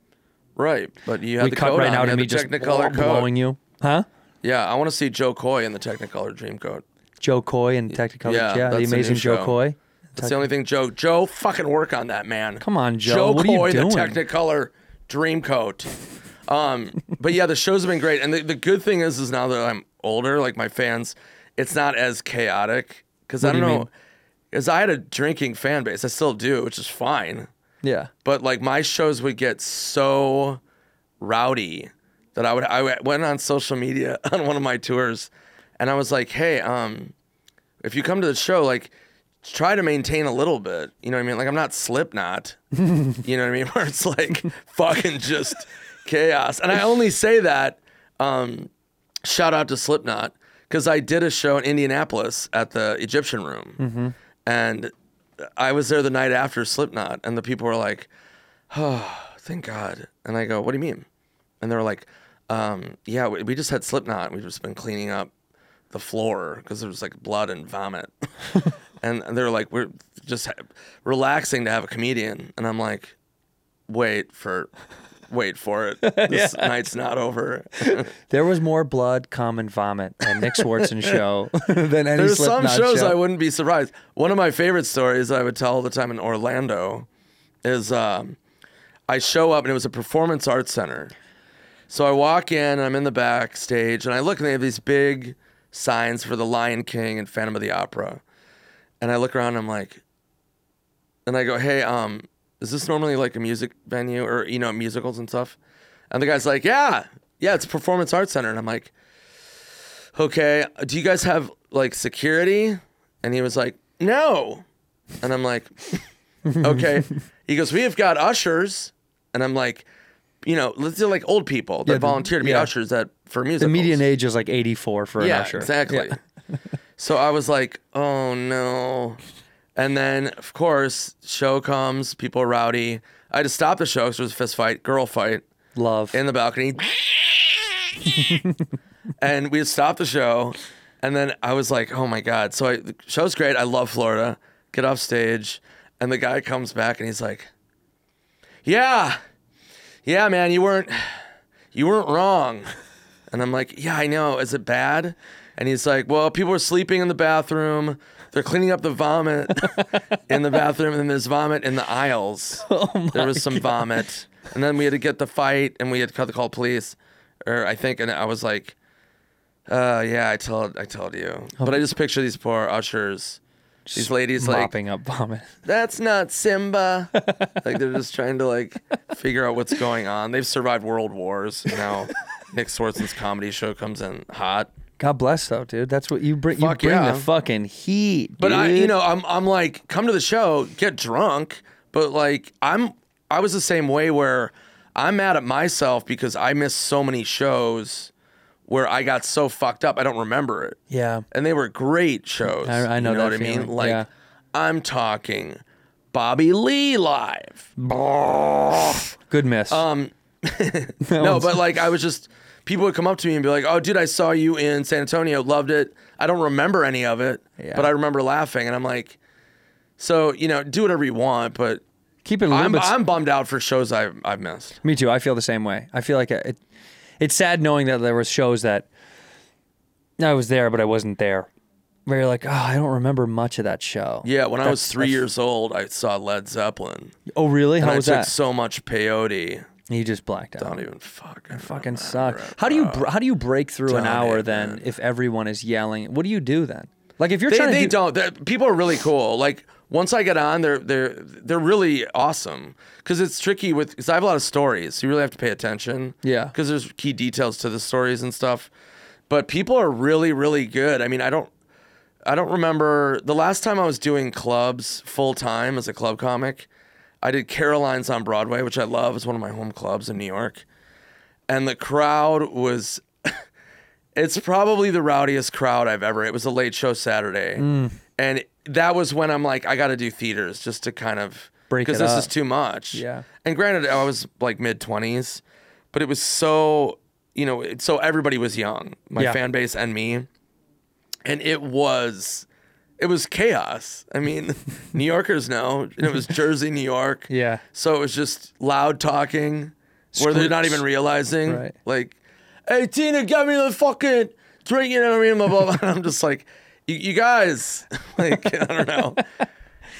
[SPEAKER 8] right but you have
[SPEAKER 1] we
[SPEAKER 8] the
[SPEAKER 1] cut
[SPEAKER 8] coat
[SPEAKER 1] right
[SPEAKER 8] on.
[SPEAKER 1] out
[SPEAKER 8] You
[SPEAKER 1] of
[SPEAKER 8] had
[SPEAKER 1] me
[SPEAKER 8] the
[SPEAKER 1] just
[SPEAKER 8] Technicolor coat.
[SPEAKER 1] blowing you, huh?
[SPEAKER 8] Yeah, I want to see Joe Coy in the Technicolor Dreamcoat.
[SPEAKER 1] Joe Coy and Technicolor. Yeah,
[SPEAKER 8] yeah,
[SPEAKER 1] the
[SPEAKER 8] that's a new
[SPEAKER 1] amazing Joe
[SPEAKER 8] show.
[SPEAKER 1] Coy.
[SPEAKER 8] That's the only thing, Joe. Joe, fucking work on that, man.
[SPEAKER 1] Come on, Joe.
[SPEAKER 8] Joe
[SPEAKER 1] What are you
[SPEAKER 8] Coy,
[SPEAKER 1] doing?
[SPEAKER 8] the Technicolor Dreamcoat. Um, but yeah, the shows have been great, and the, the good thing is, is now that I'm older, like my fans, it's not as chaotic because I
[SPEAKER 1] do
[SPEAKER 8] don't
[SPEAKER 1] you
[SPEAKER 8] know,
[SPEAKER 1] mean?
[SPEAKER 8] because I had a drinking fan base. I still do, which is fine.
[SPEAKER 1] Yeah.
[SPEAKER 8] But like my shows would get so rowdy that I would I went on social media on one of my tours and I was like, "Hey, um if you come to the show like try to maintain a little bit." You know what I mean? Like I'm not Slipknot. you know what I mean? Where it's like fucking just chaos. And I only say that um shout out to Slipknot cuz I did a show in Indianapolis at the Egyptian Room. And I was there the night after Slipknot, and the people were like, "Oh, thank God!" And I go, "What do you mean?" And they were like, um, "Yeah, we, we just had Slipknot. We've just been cleaning up the floor because there was like blood and vomit." and they were like, "We're just ha- relaxing to have a comedian," and I'm like, "Wait for." Wait for it. This night's not over.
[SPEAKER 1] There was more blood, cum, and vomit at Nick Swartzen show than any
[SPEAKER 8] There's some
[SPEAKER 1] Slipknot
[SPEAKER 8] shows
[SPEAKER 1] show.
[SPEAKER 8] I wouldn't be surprised. One of my favorite stories I would tell all the time in Orlando is um, I show up and it was a performance arts center. So I walk in and I'm in the backstage and I look and they have these big signs for The Lion King and Phantom of the Opera. And I look around and I'm like, and I go, hey, um, is this normally like a music venue or, you know, musicals and stuff? And the guy's like, yeah, yeah, it's a performance arts center. And I'm like, okay, do you guys have like security? And he was like, no. And I'm like, okay. He goes, we have got ushers. and I'm like, you know, let's do like old people that
[SPEAKER 1] Yeah, the-
[SPEAKER 8] volunteer to be
[SPEAKER 1] yeah.
[SPEAKER 8] ushers at for music.
[SPEAKER 1] The median age is like 84 for
[SPEAKER 8] yeah,
[SPEAKER 1] an usher.
[SPEAKER 8] exactly. so I was like, oh no. And then of course, show comes, people are rowdy. I had to stop the show because there was a fist fight, girl fight
[SPEAKER 1] Love.
[SPEAKER 8] in the balcony. and we stopped the show. And then I was like, oh my God. So I, the show's great. I love Florida. Get off stage. And the guy comes back and he's like, yeah, yeah, man, you weren't, you weren't wrong. And I'm like, yeah, I know. Is it bad? And he's like, well, people are sleeping in the bathroom. They're cleaning up the vomit in the bathroom, and then there's vomit in the aisles. there was some vomit, and then we had to get the fight, and we had to call the police, or I think. And I was like, uh, yeah, I told, I told you. But I just picture these poor ushers, these ladies like
[SPEAKER 1] mopping up vomit.
[SPEAKER 8] that's not Simba. like they're just trying to like figure out what's going on. They've survived world wars. and Now Nick Swartzen's comedy show comes in hot.
[SPEAKER 1] God bless though, dude. That's what you bring. You
[SPEAKER 8] Fuck
[SPEAKER 1] bring
[SPEAKER 8] yeah.
[SPEAKER 1] the fucking heat.
[SPEAKER 8] But I, you
[SPEAKER 1] dude.
[SPEAKER 8] know, I'm I'm like, come to the show, get drunk. But like, I'm I was the same way where I'm mad at myself because I missed so many shows where I got so fucked up I don't remember it.
[SPEAKER 1] yeah.
[SPEAKER 8] and they were great shows.
[SPEAKER 1] I- I know
[SPEAKER 8] you know
[SPEAKER 1] that
[SPEAKER 8] what I mean.
[SPEAKER 1] feeling,
[SPEAKER 8] Like
[SPEAKER 1] yeah.
[SPEAKER 8] I'm talking Bobby Lee live.
[SPEAKER 1] Good miss. Um,
[SPEAKER 8] No, but like I was just people would come up to me and be like, "Oh, dude, I saw you in San Antonio, loved it. I don't remember any of it,
[SPEAKER 1] Yeah.
[SPEAKER 8] but I remember laughing." And I'm like, "So you know, do whatever you want, but
[SPEAKER 1] keep it a little
[SPEAKER 8] I'm
[SPEAKER 1] bit.
[SPEAKER 8] I'm bummed out for shows I've I've missed."
[SPEAKER 1] Me too. I feel the same way. I feel like it, it. It's sad knowing that there was shows that I was there, but I wasn't there. Where you're like, oh, I don't remember much of that show.
[SPEAKER 8] Yeah, when I was
[SPEAKER 1] That's-
[SPEAKER 8] three
[SPEAKER 1] that's-
[SPEAKER 8] years old, I saw Led Zeppelin,
[SPEAKER 1] Oh, really?
[SPEAKER 8] and
[SPEAKER 1] How
[SPEAKER 8] I
[SPEAKER 1] was
[SPEAKER 8] took
[SPEAKER 1] that?
[SPEAKER 8] so much peyote.
[SPEAKER 1] you just blacked out.
[SPEAKER 8] I don't even fuck. I
[SPEAKER 1] Fucking
[SPEAKER 8] remember
[SPEAKER 1] suck.
[SPEAKER 8] it,
[SPEAKER 1] How do you
[SPEAKER 8] bro.
[SPEAKER 1] br- how do you break through an
[SPEAKER 8] Don't
[SPEAKER 1] hour
[SPEAKER 8] hate,
[SPEAKER 1] then
[SPEAKER 8] man.
[SPEAKER 1] if everyone is yelling? What do you do then? Like if you're
[SPEAKER 8] They,
[SPEAKER 1] trying to
[SPEAKER 8] they
[SPEAKER 1] do-
[SPEAKER 8] don't. They're- people are really cool. Like once I get on, they're they're they're really awesome. Because it's tricky with because I have a lot of stories. So you really have to pay attention.
[SPEAKER 1] Yeah.
[SPEAKER 8] Because there's key details to the stories and stuff. But people are really really good. I mean, I don't I don't remember the last time I was doing clubs full time as a club comic. I did Caroline's on Broadway, which I love. It's one of my home clubs in New York. And the crowd was it's probably the rowdiest crowd I've ever. It was a late show Saturday.
[SPEAKER 1] Mm.
[SPEAKER 8] And that was when I'm like, I got to do theaters just to kind of
[SPEAKER 1] Break
[SPEAKER 8] because
[SPEAKER 1] it
[SPEAKER 8] this
[SPEAKER 1] up.
[SPEAKER 8] is too much.
[SPEAKER 1] Yeah.
[SPEAKER 8] And granted, I was like mid 20s, but it was so, you know, it, so everybody was young, my
[SPEAKER 1] Yeah.
[SPEAKER 8] fan base and me. And it was, it was chaos. I mean, New Yorkers know. And it was Jersey, New York.
[SPEAKER 1] Yeah.
[SPEAKER 8] So it was just loud talking where they're not even realizing.
[SPEAKER 1] Right.
[SPEAKER 8] Like, hey, Tina, get me the fucking drink. You know what I mean? Blah, blah, blah. And I'm just like, you, you guys, like, I don't know.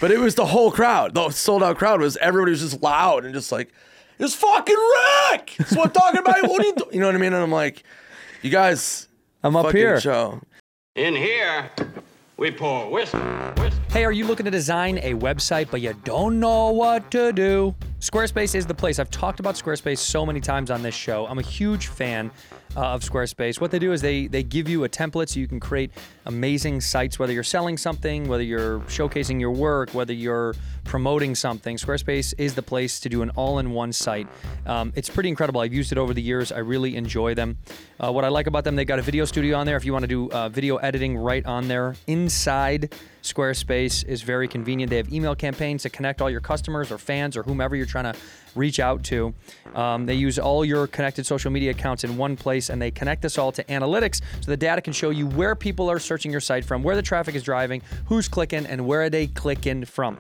[SPEAKER 8] But it was the whole crowd. The sold out crowd was everybody was just loud and just like, it's fucking Rick. That's what I'm talking about. What are you do-" You know what I mean? And I'm like, you guys,
[SPEAKER 1] I'm up
[SPEAKER 8] fucking
[SPEAKER 1] here.
[SPEAKER 8] show.
[SPEAKER 2] In here, we pour whiskey, whiskey.
[SPEAKER 1] Hey, are you looking to design a website but you don't know what to do? Squarespace is the place. I've talked about Squarespace so many times on this show. I'm a huge fan uh, of Squarespace. What they do is they they give you a template so you can create amazing sites whether you're selling something, whether you're showcasing your work, whether you're promoting something. Squarespace is the place to do an all-in-one site. Um, it's pretty incredible. I've used it over the years. I really enjoy them. Uh, what I like about them, they got a video studio on there. If you want to do uh, video editing right on there inside Squarespace is very convenient. They have email campaigns to connect all your customers or fans or whomever you're trying to reach out to. Um, they use all your connected social media accounts in one place and they connect this all to analytics so the data can show you where people are searching your site from, where the traffic is driving, who's clicking, and where are they clicking from.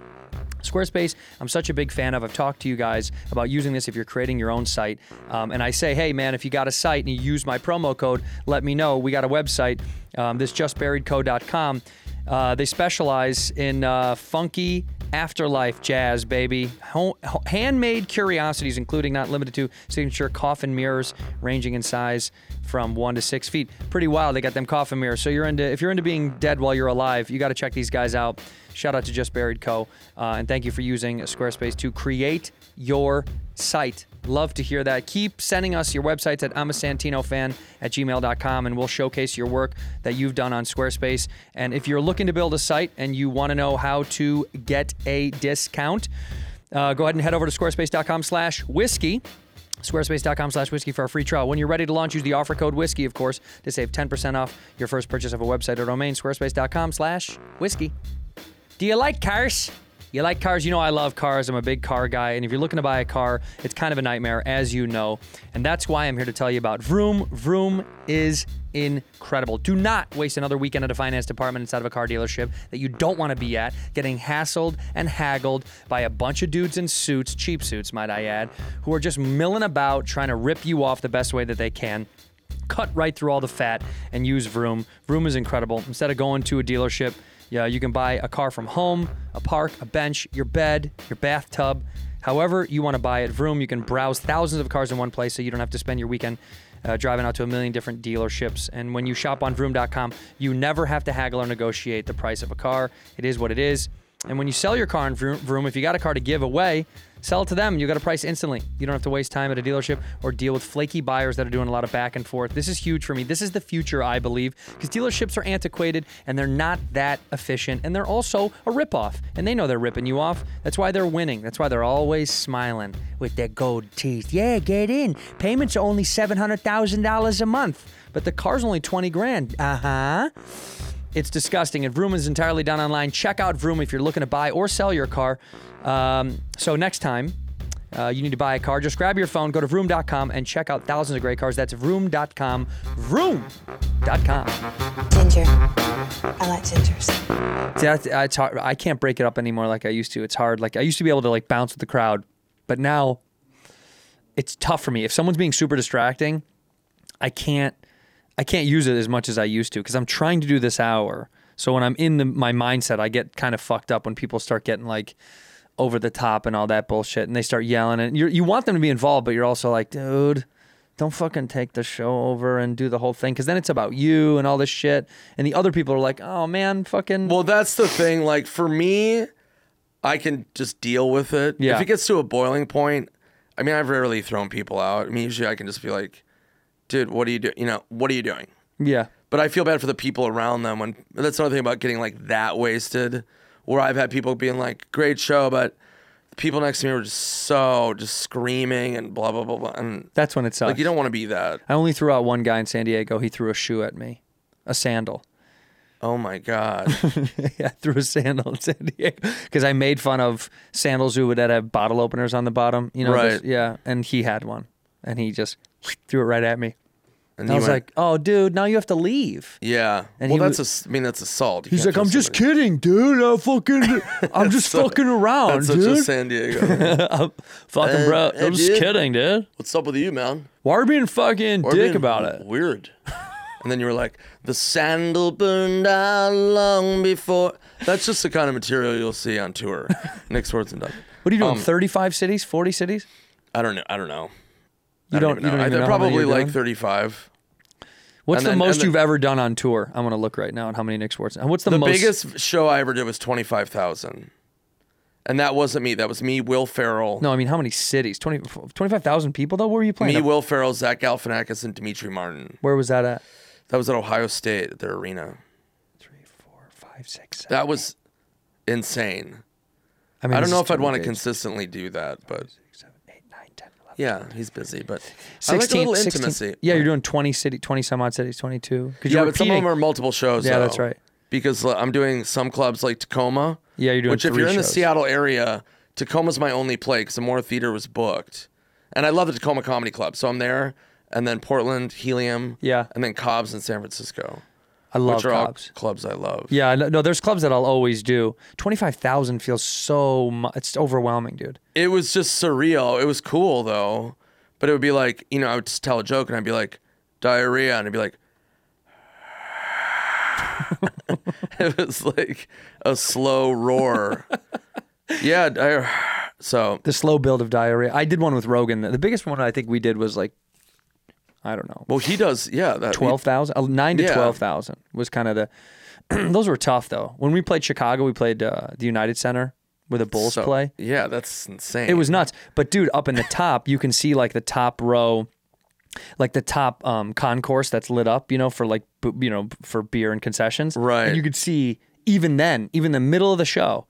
[SPEAKER 1] Squarespace, I'm such a big fan of. I've talked to you guys about using this if you're creating your own site. Um, and I say, hey, man, if you got a site and you use my promo code, let me know. We got a website, um, this justburiedco.com. Uh, they specialize in uh, funky afterlife jazz, baby. Ho- ho- handmade curiosities, including not limited to signature coffin mirrors, ranging in size from one to six feet. Pretty wild. They got them coffin mirrors. So you're into if you're into being dead while you're alive, you got to check these guys out. Shout out to Just Buried Co. Uh, and thank you for using Squarespace to create your site. Love to hear that. Keep sending us your websites at I'm a Santino fan at gmail.com and we'll showcase your work that you've done on Squarespace. And if you're looking to build a site and you want to know how to get a discount, Uh, go ahead and head over to squarespace.com slash whiskey. Squarespace.com slash whiskey for our free trial. When you're ready to launch, use the offer code whiskey, of course, to save 10% off your first purchase of a website or domain. Squarespace.com slash whiskey. Do you like cars? You like cars? You know I love cars. I'm a big car guy. And if you're looking to buy a car, it's kind of a nightmare, as you know. And that's why I'm here to tell you about Vroom. Vroom is incredible. Do not waste another weekend at a finance department inside of a car dealership that you don't want to be at, getting hassled and haggled by a bunch of dudes in suits, cheap suits, might I add, who are just milling about trying to rip you off the best way that they can cut right through all the fat and use Vroom. Vroom is incredible. Instead of going to a dealership, yeah, you can buy a car from home, a park, a bench, your bed, your bathtub. However, you want to buy it, Vroom, you can browse thousands of cars in one place so you don't have to spend your weekend uh, driving out to a million different dealerships. And when you shop on Vroom.com, you never have to haggle or negotiate the price of a car. It is what it is. And when you sell your car in Vroom, Vroom if you got a car to give away, sell it to them. You got a price instantly. You don't have to waste time at a dealership or deal with flaky buyers that are doing a lot of back and forth. This is huge for me. This is the future, I believe, because dealerships are antiquated and they're not that efficient. And they're also a ripoff. And they know they're ripping you off. That's why they're winning. That's why they're always smiling with their gold teeth. Yeah, get in. Payments are only $700,000 a month, but the car's only 20 grand. Uh huh. It's disgusting. And Vroom is entirely done online. Check out Vroom if you're looking to buy or sell your car. Um, so next time uh, you need to buy a car, just grab your phone, go to Vroom.com, and check out thousands of great cars. That's Vroom.com. Vroom.com.
[SPEAKER 7] Ginger. I like gingers.
[SPEAKER 1] See, that's, I, it's hard. I can't break it up anymore like I used to. It's hard. Like I used to be able to like bounce with the crowd, but now it's tough for me. If someone's being super distracting, I can't. I can't use it as much as I used to because I'm trying to do this hour. So when I'm in the, my mindset, I get kind of fucked up when people start getting like over the top and all that bullshit, and they start yelling. And you you want them to be involved, but you're also like, dude, don't fucking take the show over and do the whole thing because then it's about you and all this shit. And the other people are like, oh man, fucking.
[SPEAKER 8] Well, that's the thing. Like for me, I can just deal with it.
[SPEAKER 1] Yeah.
[SPEAKER 8] If it gets to a boiling point, I mean, I've rarely thrown people out. I mean, usually I can just be like, "Dude, what are you doing? You know, what are you doing?"
[SPEAKER 1] yeah.
[SPEAKER 8] But I feel bad for the people around them. When that's another thing about getting like that wasted, where I've had people being like, "Great show," but the people next to me were just so just screaming and blah blah blah blah. And
[SPEAKER 1] That's when it sucks.
[SPEAKER 8] like you don't want to be that.
[SPEAKER 1] I only threw out one guy in San Diego. He threw a shoe at me, a sandal.
[SPEAKER 8] Oh my god.
[SPEAKER 1] yeah, I threw a sandal in San Diego because I made fun of sandals who would that have bottle openers on the bottom. You know,
[SPEAKER 8] Right.
[SPEAKER 1] just- yeah. And he had one, and he just threw it right at me.
[SPEAKER 8] And
[SPEAKER 1] And I
[SPEAKER 8] you
[SPEAKER 1] was
[SPEAKER 8] went-
[SPEAKER 1] like, "Oh, dude, now you have to leave."
[SPEAKER 8] "Yeah."
[SPEAKER 1] and
[SPEAKER 8] well,
[SPEAKER 1] he
[SPEAKER 8] that's
[SPEAKER 1] wa-
[SPEAKER 8] a s- I mean, that's assault. You
[SPEAKER 1] He's
[SPEAKER 8] can't
[SPEAKER 1] like,
[SPEAKER 8] kill
[SPEAKER 1] "I'm just
[SPEAKER 8] somebody."
[SPEAKER 1] kidding, dude. I fucking, I'm just
[SPEAKER 8] So-
[SPEAKER 1] fucking around,
[SPEAKER 8] That's such a
[SPEAKER 1] dude.
[SPEAKER 8] San Diego.
[SPEAKER 1] fucking
[SPEAKER 8] Uh,
[SPEAKER 1] bro,
[SPEAKER 8] hey,
[SPEAKER 1] I'm just
[SPEAKER 8] dude.
[SPEAKER 1] kidding, dude.
[SPEAKER 8] What's up with you, man?
[SPEAKER 1] Why are you being fucking
[SPEAKER 8] Or
[SPEAKER 1] dick
[SPEAKER 8] being um,
[SPEAKER 1] about it?
[SPEAKER 8] Weird. and then you were like, the sandal burned out long before. That's just the kind of material you'll see on tour. Nick Swartzen does.
[SPEAKER 1] What are you doing?
[SPEAKER 8] Um,
[SPEAKER 1] 35 cities, 40 cities?
[SPEAKER 8] I don't know. I don't know.
[SPEAKER 1] You don't, you don't
[SPEAKER 8] I,
[SPEAKER 1] even know. how many
[SPEAKER 8] probably
[SPEAKER 1] you're
[SPEAKER 8] like
[SPEAKER 1] doing?
[SPEAKER 8] 35.
[SPEAKER 1] What's
[SPEAKER 8] and
[SPEAKER 1] the
[SPEAKER 8] then-
[SPEAKER 1] most
[SPEAKER 8] and then-
[SPEAKER 1] you've ever done on tour? I want to look right now at how many Nick Swartzen. And what's the,
[SPEAKER 8] The
[SPEAKER 1] most?
[SPEAKER 8] biggest show I ever did was 25,000. And that wasn't me. That was me, Will Ferrell.
[SPEAKER 1] No, I mean how many cities? 20, 25,000 people though. Where were you playing?
[SPEAKER 8] Me,
[SPEAKER 1] At-
[SPEAKER 8] Will Ferrell, Zach Galifianakis, and Dimitri Martin.
[SPEAKER 1] Where was that at?
[SPEAKER 8] That was at Ohio State at their arena.
[SPEAKER 1] Three, four, five, six, seven.
[SPEAKER 8] That was insane.
[SPEAKER 1] mean,
[SPEAKER 8] I
[SPEAKER 1] this
[SPEAKER 8] don't know
[SPEAKER 1] is
[SPEAKER 8] if I'd want
[SPEAKER 1] totally
[SPEAKER 8] to
[SPEAKER 1] days.
[SPEAKER 8] consistently do that, but
[SPEAKER 1] Six, seven, eight, nine, 10, 11,
[SPEAKER 8] yeah, he's busy. But
[SPEAKER 1] 16,
[SPEAKER 8] I like a little
[SPEAKER 1] 16
[SPEAKER 8] intimacy.
[SPEAKER 1] Yeah, you're doing 20 city, 20 some odd cities, 22. 'Cause
[SPEAKER 8] yeah,
[SPEAKER 1] you're
[SPEAKER 8] but some of
[SPEAKER 1] repeating-
[SPEAKER 8] them are multiple shows.
[SPEAKER 1] Yeah,
[SPEAKER 8] though,
[SPEAKER 1] that's right.
[SPEAKER 8] Because like, I'm doing some clubs like Tacoma.
[SPEAKER 1] Yeah, you're doing
[SPEAKER 8] Which, if
[SPEAKER 1] three
[SPEAKER 8] you're in the
[SPEAKER 1] shows.
[SPEAKER 8] Seattle area, Tacoma's my only play because the Moore Theater was booked, and I love the Tacoma Comedy Club, so I'm there. And then Portland, Helium.
[SPEAKER 1] Yeah.
[SPEAKER 8] And then Cobb's in San Francisco,
[SPEAKER 1] I love
[SPEAKER 8] which are
[SPEAKER 1] Cobb's.
[SPEAKER 8] all clubs I love.
[SPEAKER 1] Yeah, I know- no, there's clubs that I'll always do. 25,000 feels so mu It's overwhelming, dude.
[SPEAKER 8] it was just surreal. It was cool though, but it would be like you know I would just tell a joke and I'd be like diarrhea and I'd be like, it was like a slow roar. yeah, di- so
[SPEAKER 1] The slow build of diarrhea. I did one with Rogan. The biggest one I think we did was like, I don't know,
[SPEAKER 8] well he does yeah that
[SPEAKER 1] twelve thousand, uh, nine to
[SPEAKER 8] Yeah.
[SPEAKER 1] twelve thousand was kind of the. those were tough though. When we played Chicago, we played uh, the United Center where the Bulls
[SPEAKER 8] so-
[SPEAKER 1] play.
[SPEAKER 8] Yeah, that's insane.
[SPEAKER 1] It was nuts. But dude, up in the top, you can see like the top row, like the top um, concourse that's lit up, you know, for like b- you know for beer and concessions.
[SPEAKER 8] Right.
[SPEAKER 1] And you could see even then, even the middle of the show,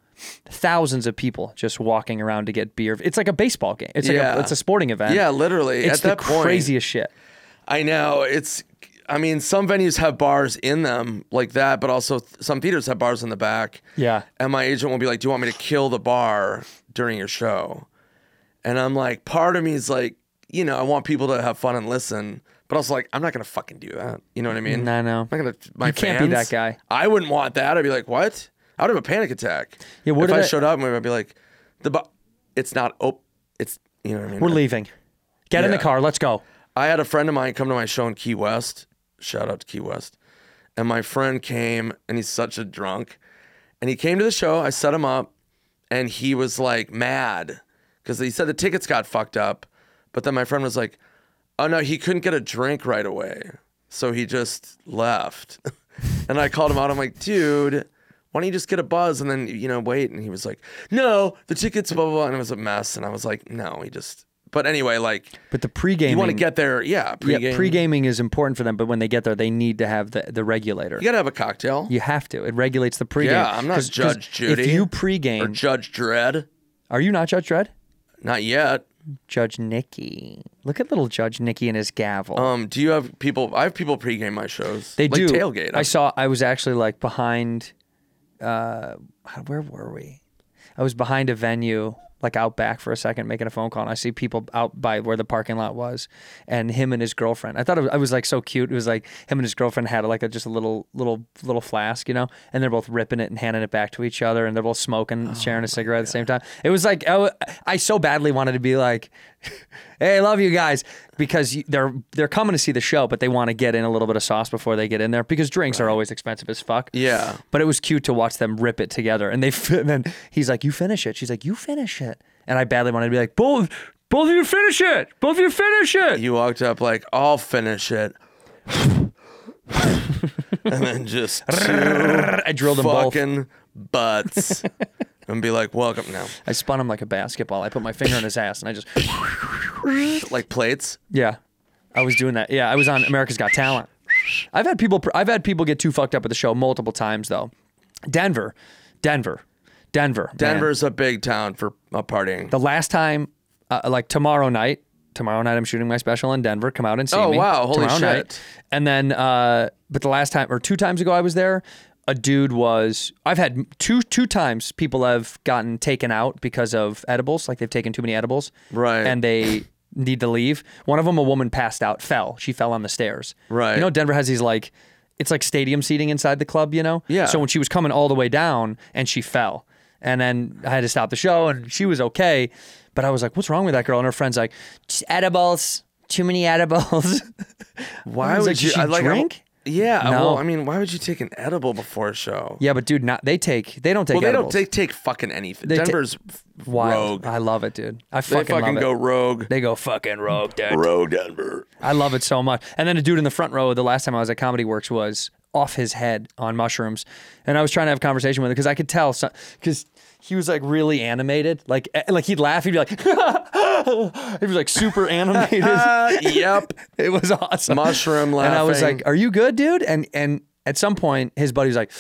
[SPEAKER 1] thousands of people just walking around to get beer. It's like a baseball game. It's like
[SPEAKER 8] Yeah.
[SPEAKER 1] a, it's a sporting event.
[SPEAKER 8] Yeah, literally.
[SPEAKER 1] It's
[SPEAKER 8] At
[SPEAKER 1] the
[SPEAKER 8] that point-
[SPEAKER 1] craziest shit.
[SPEAKER 8] I know it's. I mean, some venues have bars in them like that, but also th- some theaters have bars in the back.
[SPEAKER 1] Yeah.
[SPEAKER 8] And my agent will be like, "Do you want me to kill the bar during your show?" And I'm like, part of me is like, you know, I want people to have fun and listen, but also like, I'm not gonna fucking do that. You know what I mean?
[SPEAKER 1] I know.
[SPEAKER 8] I'm not gonna. Oh My
[SPEAKER 1] You can't be that
[SPEAKER 8] fans-
[SPEAKER 1] guy.
[SPEAKER 8] I wouldn't want that. I'd be like, what? I would have a panic attack.
[SPEAKER 1] Yeah, what
[SPEAKER 8] if
[SPEAKER 1] did
[SPEAKER 8] I
[SPEAKER 1] I-
[SPEAKER 8] showed up and I'd be like, the bar, it's not open. It's you know what I mean.
[SPEAKER 1] We're leaving. Get in the
[SPEAKER 8] Yeah.
[SPEAKER 1] car. Let's go.
[SPEAKER 8] I had a friend of mine come to my show in Key West. Shout out to Key West. And my friend came and he's such a drunk. And he came to the show. I set him up and he was like mad because he said the tickets got fucked up. But then my friend was like, oh no, he couldn't get a drink right away. So he just left. and I called him out. I'm like, dude, why don't you just get a buzz and then, you know, wait? And he was like, no, the tickets, blah, blah, blah. And it was a mess. And I was like, no, he just, but anyway, like,
[SPEAKER 1] But the pregame.
[SPEAKER 8] you want to get there, yeah. Pre-game.
[SPEAKER 1] Yeah, pre-gaming is important for them, but when they get there, they need to have the, the regulator.
[SPEAKER 8] You gotta have a cocktail.
[SPEAKER 1] You have to. It regulates the pregame.
[SPEAKER 8] Yeah, I'm not
[SPEAKER 1] 'Cause- 'cause
[SPEAKER 8] Judge Judy
[SPEAKER 1] If you
[SPEAKER 8] or
[SPEAKER 1] pregame,
[SPEAKER 8] Judge Dredd.
[SPEAKER 1] are you not Judge Dredd?
[SPEAKER 8] Not yet.
[SPEAKER 1] Judge Nicky. Look at little Judge Nicky and his gavel.
[SPEAKER 8] Um, do you have people? I have people pregame my shows.
[SPEAKER 1] they do
[SPEAKER 8] like tailgate.
[SPEAKER 1] I saw. I was actually like behind. Uh, where were we? I was behind a venue, like out back for a second, making a phone call, and I see people out by where the parking lot was, and him and his girlfriend. I thought it was, I was like so cute. It was like him and his girlfriend had like a, just a little little little flask, you know, and they're both ripping it and handing it back to each other, and they're both smoking, sharing a cigarette at the same time. It was like I, w- I so badly wanted to be like. Hey, I love you guys because you, they're they're coming to see the show, but they want to get in a little bit of sauce before they get in there because drinks are always expensive as fuck.
[SPEAKER 8] Yeah.
[SPEAKER 1] But it was cute to watch them rip it together. And they f- and then he's like, "You finish it." She's like, "You finish it." And I badly wanted to be like, "Both, both of you finish it. Both of you finish it."
[SPEAKER 8] you walked up like, I'll finish it, and then just two
[SPEAKER 1] I drilled them both.
[SPEAKER 8] fucking butts, and be like, welcome now,
[SPEAKER 1] I spun him like a basketball. I put my finger in his ass and I just
[SPEAKER 8] like plates.
[SPEAKER 1] yeah. I was doing that. Yeah, I was on America's Got Talent. I've had people I've had people get too fucked up at the show multiple times though. Denver. Denver. Denver. man.
[SPEAKER 8] Denver's a big town for uh, partying.
[SPEAKER 1] The last time, uh, like tomorrow night, tomorrow night I'm shooting my special in Denver. Come out and see
[SPEAKER 8] Oh,
[SPEAKER 1] me.
[SPEAKER 8] wow. Holy
[SPEAKER 1] tomorrow
[SPEAKER 8] shit.
[SPEAKER 1] Night. And then, uh, but the last time or two times ago I was there, a dude was. I've had two two times people have gotten taken out because of edibles, like they've taken too many edibles,
[SPEAKER 8] Right.
[SPEAKER 1] And they need to leave. One of them, a woman passed out, fell. She fell on the stairs.
[SPEAKER 8] Right.
[SPEAKER 1] You know, Denver has these like. It's like stadium seating inside the club, you know?
[SPEAKER 8] Yeah.
[SPEAKER 1] So when she was coming all the way down and she fell. And then I had to stop the show and she was okay. But I was like, what's wrong with that girl? And her friend's like, "Just edibles, too many edibles.
[SPEAKER 8] Why
[SPEAKER 1] I was
[SPEAKER 8] would
[SPEAKER 1] like,
[SPEAKER 8] you
[SPEAKER 1] "Did she
[SPEAKER 8] I like, I-
[SPEAKER 1] drink?"
[SPEAKER 8] yeah, well,
[SPEAKER 1] No.
[SPEAKER 8] I mean, why would you take an edible before a show?
[SPEAKER 1] yeah, but dude, not they take they don't take
[SPEAKER 8] Well, they
[SPEAKER 1] edibles.
[SPEAKER 8] don't take take fucking anything.
[SPEAKER 1] They ta-
[SPEAKER 8] Denver's f-
[SPEAKER 1] wild.
[SPEAKER 8] rogue.
[SPEAKER 1] I love it, dude. I
[SPEAKER 8] They
[SPEAKER 1] fucking,
[SPEAKER 8] fucking,
[SPEAKER 1] love it.
[SPEAKER 8] go rogue.
[SPEAKER 1] They go fucking rogue, dude.
[SPEAKER 8] rogue Denver.
[SPEAKER 1] I love it so much. And then a dude in the front row the last time I was at Comedy Works was off his head on mushrooms, and I was trying to have a conversation with him because I could tell because he was like really animated, like eh, like he'd laugh, he'd be like, he was like super animated.
[SPEAKER 8] Uh, yep.
[SPEAKER 1] it was awesome.
[SPEAKER 8] Mushroom
[SPEAKER 1] And I was
[SPEAKER 8] laughing.
[SPEAKER 1] like, "Are you good, dude?" And and at some point, his buddy was like,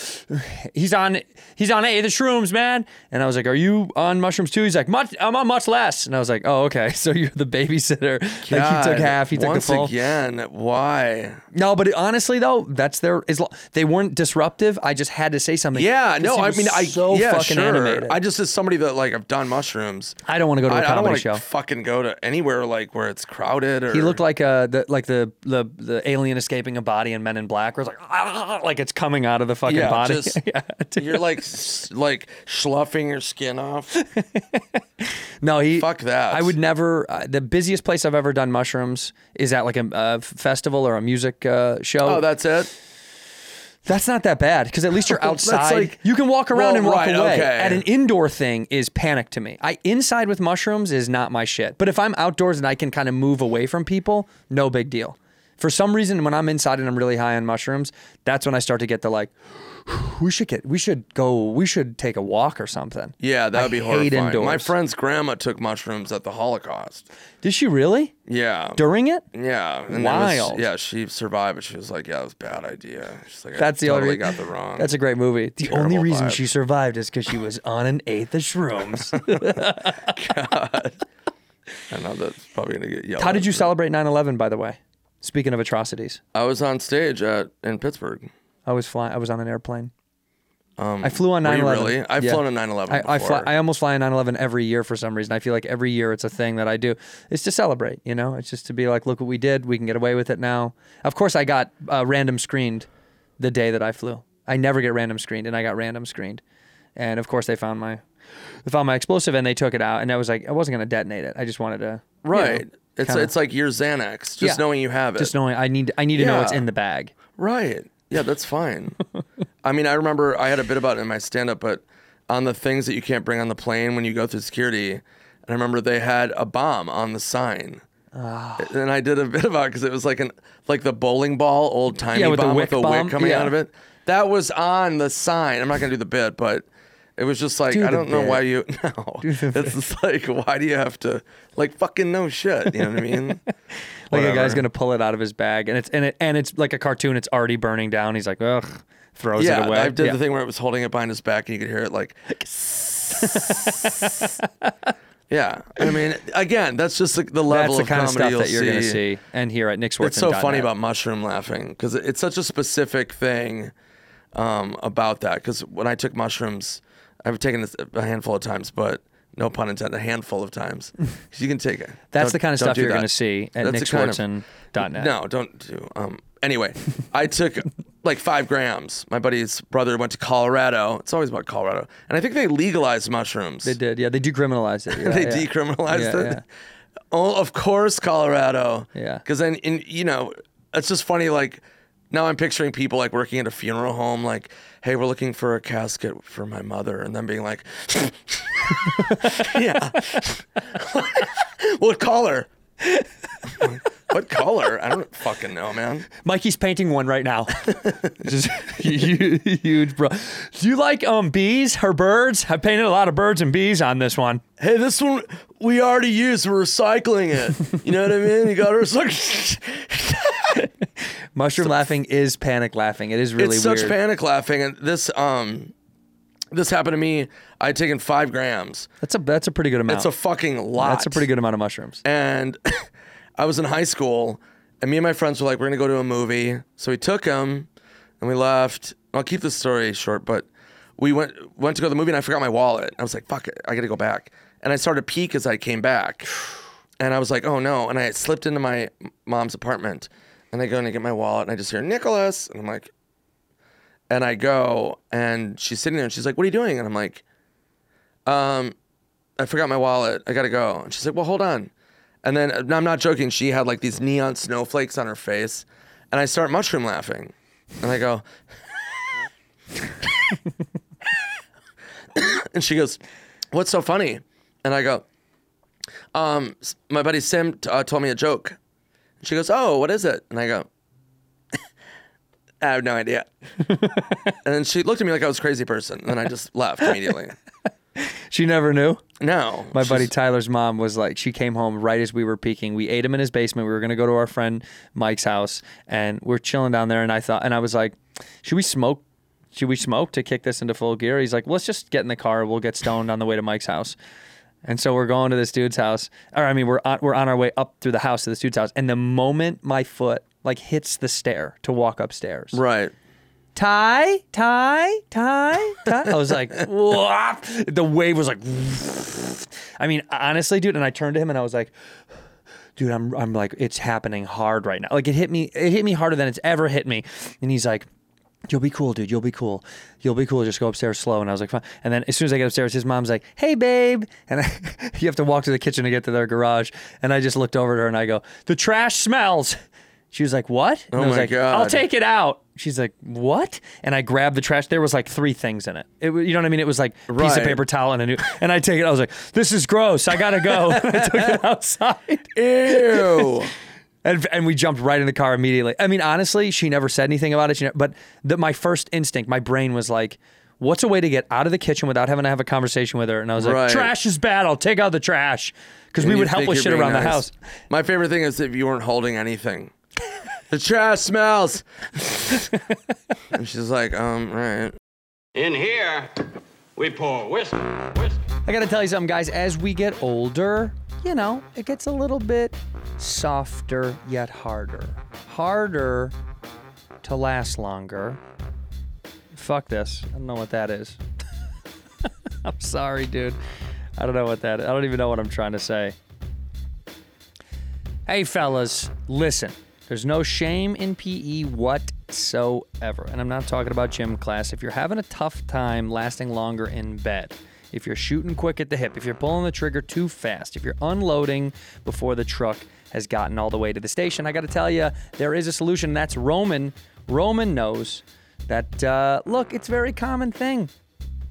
[SPEAKER 1] "He's on, he's on hey, the shrooms, man." And I was like, "Are you on mushrooms too?" He's like, much, "I'm on much less." And I was like, "Oh, okay. So you're the babysitter. like he
[SPEAKER 8] God,
[SPEAKER 1] took half, he took
[SPEAKER 8] Once
[SPEAKER 1] the full."
[SPEAKER 8] again, why?
[SPEAKER 1] No, but it- honestly though, that's their is lo- they weren't disruptive. I just had to say something.
[SPEAKER 8] Yeah,
[SPEAKER 1] 'Cause
[SPEAKER 8] no,
[SPEAKER 1] he
[SPEAKER 8] I
[SPEAKER 1] was
[SPEAKER 8] mean, I
[SPEAKER 1] so
[SPEAKER 8] yeah,
[SPEAKER 1] fucking
[SPEAKER 8] sure.
[SPEAKER 1] animated.
[SPEAKER 8] I just as somebody that like I've done mushrooms.
[SPEAKER 1] I don't want to go to a
[SPEAKER 8] I, I don't
[SPEAKER 1] comedy
[SPEAKER 8] want
[SPEAKER 1] show.
[SPEAKER 8] to fucking go to anywhere like where it's crowded or
[SPEAKER 1] he looked like uh the like the the, the alien escaping a body in Men in Black, where it's like "Ah," like it's coming out of the fucking
[SPEAKER 8] yeah,
[SPEAKER 1] body.
[SPEAKER 8] just-
[SPEAKER 1] Yeah, dude.
[SPEAKER 8] you're like s- like sloughing your skin off.
[SPEAKER 1] no, he
[SPEAKER 8] Fuck that.
[SPEAKER 1] I would never. Uh, the busiest place I've ever done mushrooms is at like a, a festival or a music uh, show.
[SPEAKER 8] Oh, that's it.
[SPEAKER 1] That's not that bad because at least you're
[SPEAKER 8] That's
[SPEAKER 1] outside.
[SPEAKER 8] like-
[SPEAKER 1] you can walk around
[SPEAKER 8] Well,
[SPEAKER 1] and walk
[SPEAKER 8] right,
[SPEAKER 1] away.
[SPEAKER 8] okay.
[SPEAKER 1] At an indoor thing is panic to me. I inside with mushrooms is not my shit. But if I'm outdoors and I can kind of move away from people, no big deal. For some reason, when I'm inside and I'm really high on mushrooms, that's when I start to get the like, we should get, we should go, we should take a walk or something.
[SPEAKER 8] Yeah, that
[SPEAKER 1] I
[SPEAKER 8] would be
[SPEAKER 1] hate
[SPEAKER 8] horrifying.
[SPEAKER 1] Indoors.
[SPEAKER 8] My friend's grandma took mushrooms at the Holocaust.
[SPEAKER 1] did she really
[SPEAKER 8] Yeah.
[SPEAKER 1] during it?
[SPEAKER 8] yeah. And there was-
[SPEAKER 1] Wild.
[SPEAKER 8] yeah, she survived, but she was like, yeah, it was a bad idea. She's like,
[SPEAKER 1] That's
[SPEAKER 8] I
[SPEAKER 1] the
[SPEAKER 8] totally
[SPEAKER 1] only
[SPEAKER 8] got the wrong.
[SPEAKER 1] That's a great movie. The only
[SPEAKER 8] terrible
[SPEAKER 1] reason
[SPEAKER 8] vibe.
[SPEAKER 1] she survived is because she was on an eighth of shrooms.
[SPEAKER 8] I know that's probably going to get yelled
[SPEAKER 1] How
[SPEAKER 8] at.
[SPEAKER 1] did you celebrate 9/11? By the way, speaking of atrocities,
[SPEAKER 8] I was on stage at in Pittsburgh.
[SPEAKER 1] I was flying. I was on an airplane. I flew on
[SPEAKER 8] Um, were
[SPEAKER 1] Oh, 9/11.
[SPEAKER 8] you really? I've flown on 9/11
[SPEAKER 1] I I, fly,
[SPEAKER 8] before.
[SPEAKER 1] I almost fly on 9/11 every year for some reason. I feel like every year it's a thing that I do. It's to celebrate, you know. It's just to be like, look what we did. We can get away with it now. Of course, I got uh, random screened the day that I flew. I never get random screened, and I got random screened. And of course, they found my they found my explosive, and they took it out. And I was like, I wasn't gonna detonate it. I just wanted to you know,
[SPEAKER 8] Right. it's
[SPEAKER 1] kinda-
[SPEAKER 8] it's like your Xanax, just
[SPEAKER 1] Yeah.
[SPEAKER 8] knowing you have it.
[SPEAKER 1] just knowing I need I need to know what's
[SPEAKER 8] Yeah.
[SPEAKER 1] in the bag.
[SPEAKER 8] Right. Yeah, that's fine. I mean, I remember I had a bit about it in my stand up, but on the things that you can't bring on the plane when you go through security, and I remember they had a bomb on the sign.
[SPEAKER 1] Ah.
[SPEAKER 8] And I did a bit about because it, was like an like the bowling ball old timey
[SPEAKER 1] Yeah, with the
[SPEAKER 8] bomb
[SPEAKER 1] wick
[SPEAKER 8] with the
[SPEAKER 1] bomb.
[SPEAKER 8] wick coming
[SPEAKER 1] Yeah.
[SPEAKER 8] out of it. That was on the sign. I'm not gonna do the bit, but it was just like
[SPEAKER 1] Do
[SPEAKER 8] I
[SPEAKER 1] the
[SPEAKER 8] don't know
[SPEAKER 1] bit.
[SPEAKER 8] why you no. It's just like why do you have to like fucking know shit? You know what I mean?
[SPEAKER 1] Like a guy's
[SPEAKER 8] Whatever.
[SPEAKER 1] gonna pull it out of his bag, and it's and it and it's like a cartoon. It's already burning down. He's like, ugh, throws
[SPEAKER 8] Yeah,
[SPEAKER 1] it away.
[SPEAKER 8] I did
[SPEAKER 1] Yeah.
[SPEAKER 8] the thing where it was holding it behind his back, and you could hear it like. yeah, I mean, again, that's just like the level
[SPEAKER 1] That's the
[SPEAKER 8] of
[SPEAKER 1] kind of stuff
[SPEAKER 8] comedy you'll
[SPEAKER 1] that you're
[SPEAKER 8] see.
[SPEAKER 1] gonna see and hear at Nick's
[SPEAKER 8] It's so funny about mushroom laughing because it's such a specific thing um, about that. Because when I took mushrooms, I've taken this a handful of times, but no pun intended, a handful of times. 'Cause you can take it.
[SPEAKER 1] That's the kind of stuff you're
[SPEAKER 8] going
[SPEAKER 1] gonna see at nickswartzen.net.
[SPEAKER 8] No, don't do. Um, anyway, I took like five grams. My buddy's brother went to Colorado. It's always about Colorado, and I think they legalized mushrooms.
[SPEAKER 1] They did, yeah. They decriminalized it. Yeah,
[SPEAKER 8] they
[SPEAKER 1] yeah.
[SPEAKER 8] decriminalized
[SPEAKER 1] Yeah,
[SPEAKER 8] it. Oh, of course, Colorado.
[SPEAKER 1] Yeah.
[SPEAKER 8] Because then, in, you know, it's just funny. Like now, I'm picturing people like working at a funeral home. Like, hey, we're looking for a casket for my mother, and then being like, yeah, what color? what color? I don't fucking know, man.
[SPEAKER 1] Mikey's painting one right now. Just huge, huge, bro. Do you like um bees or birds? I painted a lot of birds and bees on this one.
[SPEAKER 8] hey, this one we already used. We're recycling it. You know what I mean? You got to recycle.
[SPEAKER 1] Mushroom laughing is panic laughing. It is really
[SPEAKER 8] it's
[SPEAKER 1] weird.
[SPEAKER 8] such panic laughing, and this um, this happened to me. I had taken five grams.
[SPEAKER 1] that's a that's a pretty good amount.
[SPEAKER 8] That's a fucking lot.
[SPEAKER 1] that's a pretty good amount of mushrooms.
[SPEAKER 8] And I was in high school, and me and my friends were like, "We're gonna go to a movie." So we took him, and we left. I'll keep this story short, but we went went to go to the movie, and I forgot my wallet. I was like, "Fuck it, I gotta go back." And I started to peek as I came back, and I was like, "Oh no!" And I slipped into my mom's apartment, and I go in to get my wallet, and I just hear Nicholas, and I'm like, and I go, and she's sitting there, and she's like, "What are you doing?" And I'm like, I forgot my wallet. I gotta go. And she's like, well, hold on. And then and I'm not joking. She had like these neon snowflakes on her face, and I start mushroom laughing, and I go, and she goes, what's so funny? And I go, um, s- my buddy Sim t- uh, told me a joke. And she goes, oh, what is it? And I go, I have no idea. and then she looked at me like I was a crazy person, and then I just left immediately.
[SPEAKER 1] She never knew.
[SPEAKER 8] No,
[SPEAKER 1] My buddy
[SPEAKER 8] she's-
[SPEAKER 1] Tyler's mom was like, she came home right as we were peaking. We ate him in his basement. We were gonna go to our friend Mike's house, and we're chilling down there. And I thought, and I was like, should we smoke? Should we smoke to kick this into full gear? He's like, let's just get in the car. We'll get stoned on the way to Mike's house. And so we're going to this dude's house, or I mean, we're on, we're on our way up through the house to this dude's house. And the moment my foot like hits the stair to walk upstairs,
[SPEAKER 8] Right.
[SPEAKER 1] tie, tie, tie, tie. I was like, "Wah." the wave was like, I mean, honestly, dude. And I turned to him and I was like, dude, I'm, I'm like, it's happening hard right now. Like it hit me, it hit me harder than it's ever hit me. And he's like, You'll be cool, dude. You'll be cool. You'll be cool. Just go upstairs slow. And I was like, fine. And then as soon as I get upstairs, his mom's like, hey, babe. And I, you have to walk to the kitchen to get to their garage. And I just looked over at her and I go, the trash smells. She was like, what? And
[SPEAKER 8] Oh
[SPEAKER 1] I was
[SPEAKER 8] my
[SPEAKER 1] like, I'll
[SPEAKER 8] God.
[SPEAKER 1] take it out. She's like, what? And I grabbed the trash. There was like three things in it. it wa- you know what I mean? It was like a piece of
[SPEAKER 8] Right.
[SPEAKER 1] paper towel and a new. And I take it. I was like, this is gross. I got to go. I took it outside.
[SPEAKER 8] Ew.
[SPEAKER 1] And, and we jumped right in the car immediately. I mean, honestly, she never said anything about it. She ne- but the, my first instinct, my brain was like, what's a way to get out of the kitchen without having to have a conversation with her? And I was
[SPEAKER 8] Right.
[SPEAKER 1] like, trash is bad. I'll take out the trash. Because we
[SPEAKER 8] And you
[SPEAKER 1] would help
[SPEAKER 8] think
[SPEAKER 1] with
[SPEAKER 8] you're
[SPEAKER 1] shit
[SPEAKER 8] being
[SPEAKER 1] around the
[SPEAKER 8] nice.
[SPEAKER 1] house.
[SPEAKER 8] My favorite thing is if you weren't holding anything. the trash smells. and she's like, um, right.
[SPEAKER 2] In here, we pour whiskey, whiskey.
[SPEAKER 1] I got to tell you something, guys. As we get older, you know, it gets a little bit softer yet harder. Harder to last longer. Fuck this. I don't know what that is. I'm sorry, dude. I don't know what that is. I don't even know what I'm trying to say. Hey, fellas, listen. There's no shame in PE whatsoever. And I'm not talking about gym class. If you're having a tough time lasting longer in bed, if you're shooting quick at the hip, if you're pulling the trigger too fast, if you're unloading before the truck has gotten all the way to the station, I got to tell you, there is a solution. and That's Roman. Roman knows that, uh, look, it's a very common thing.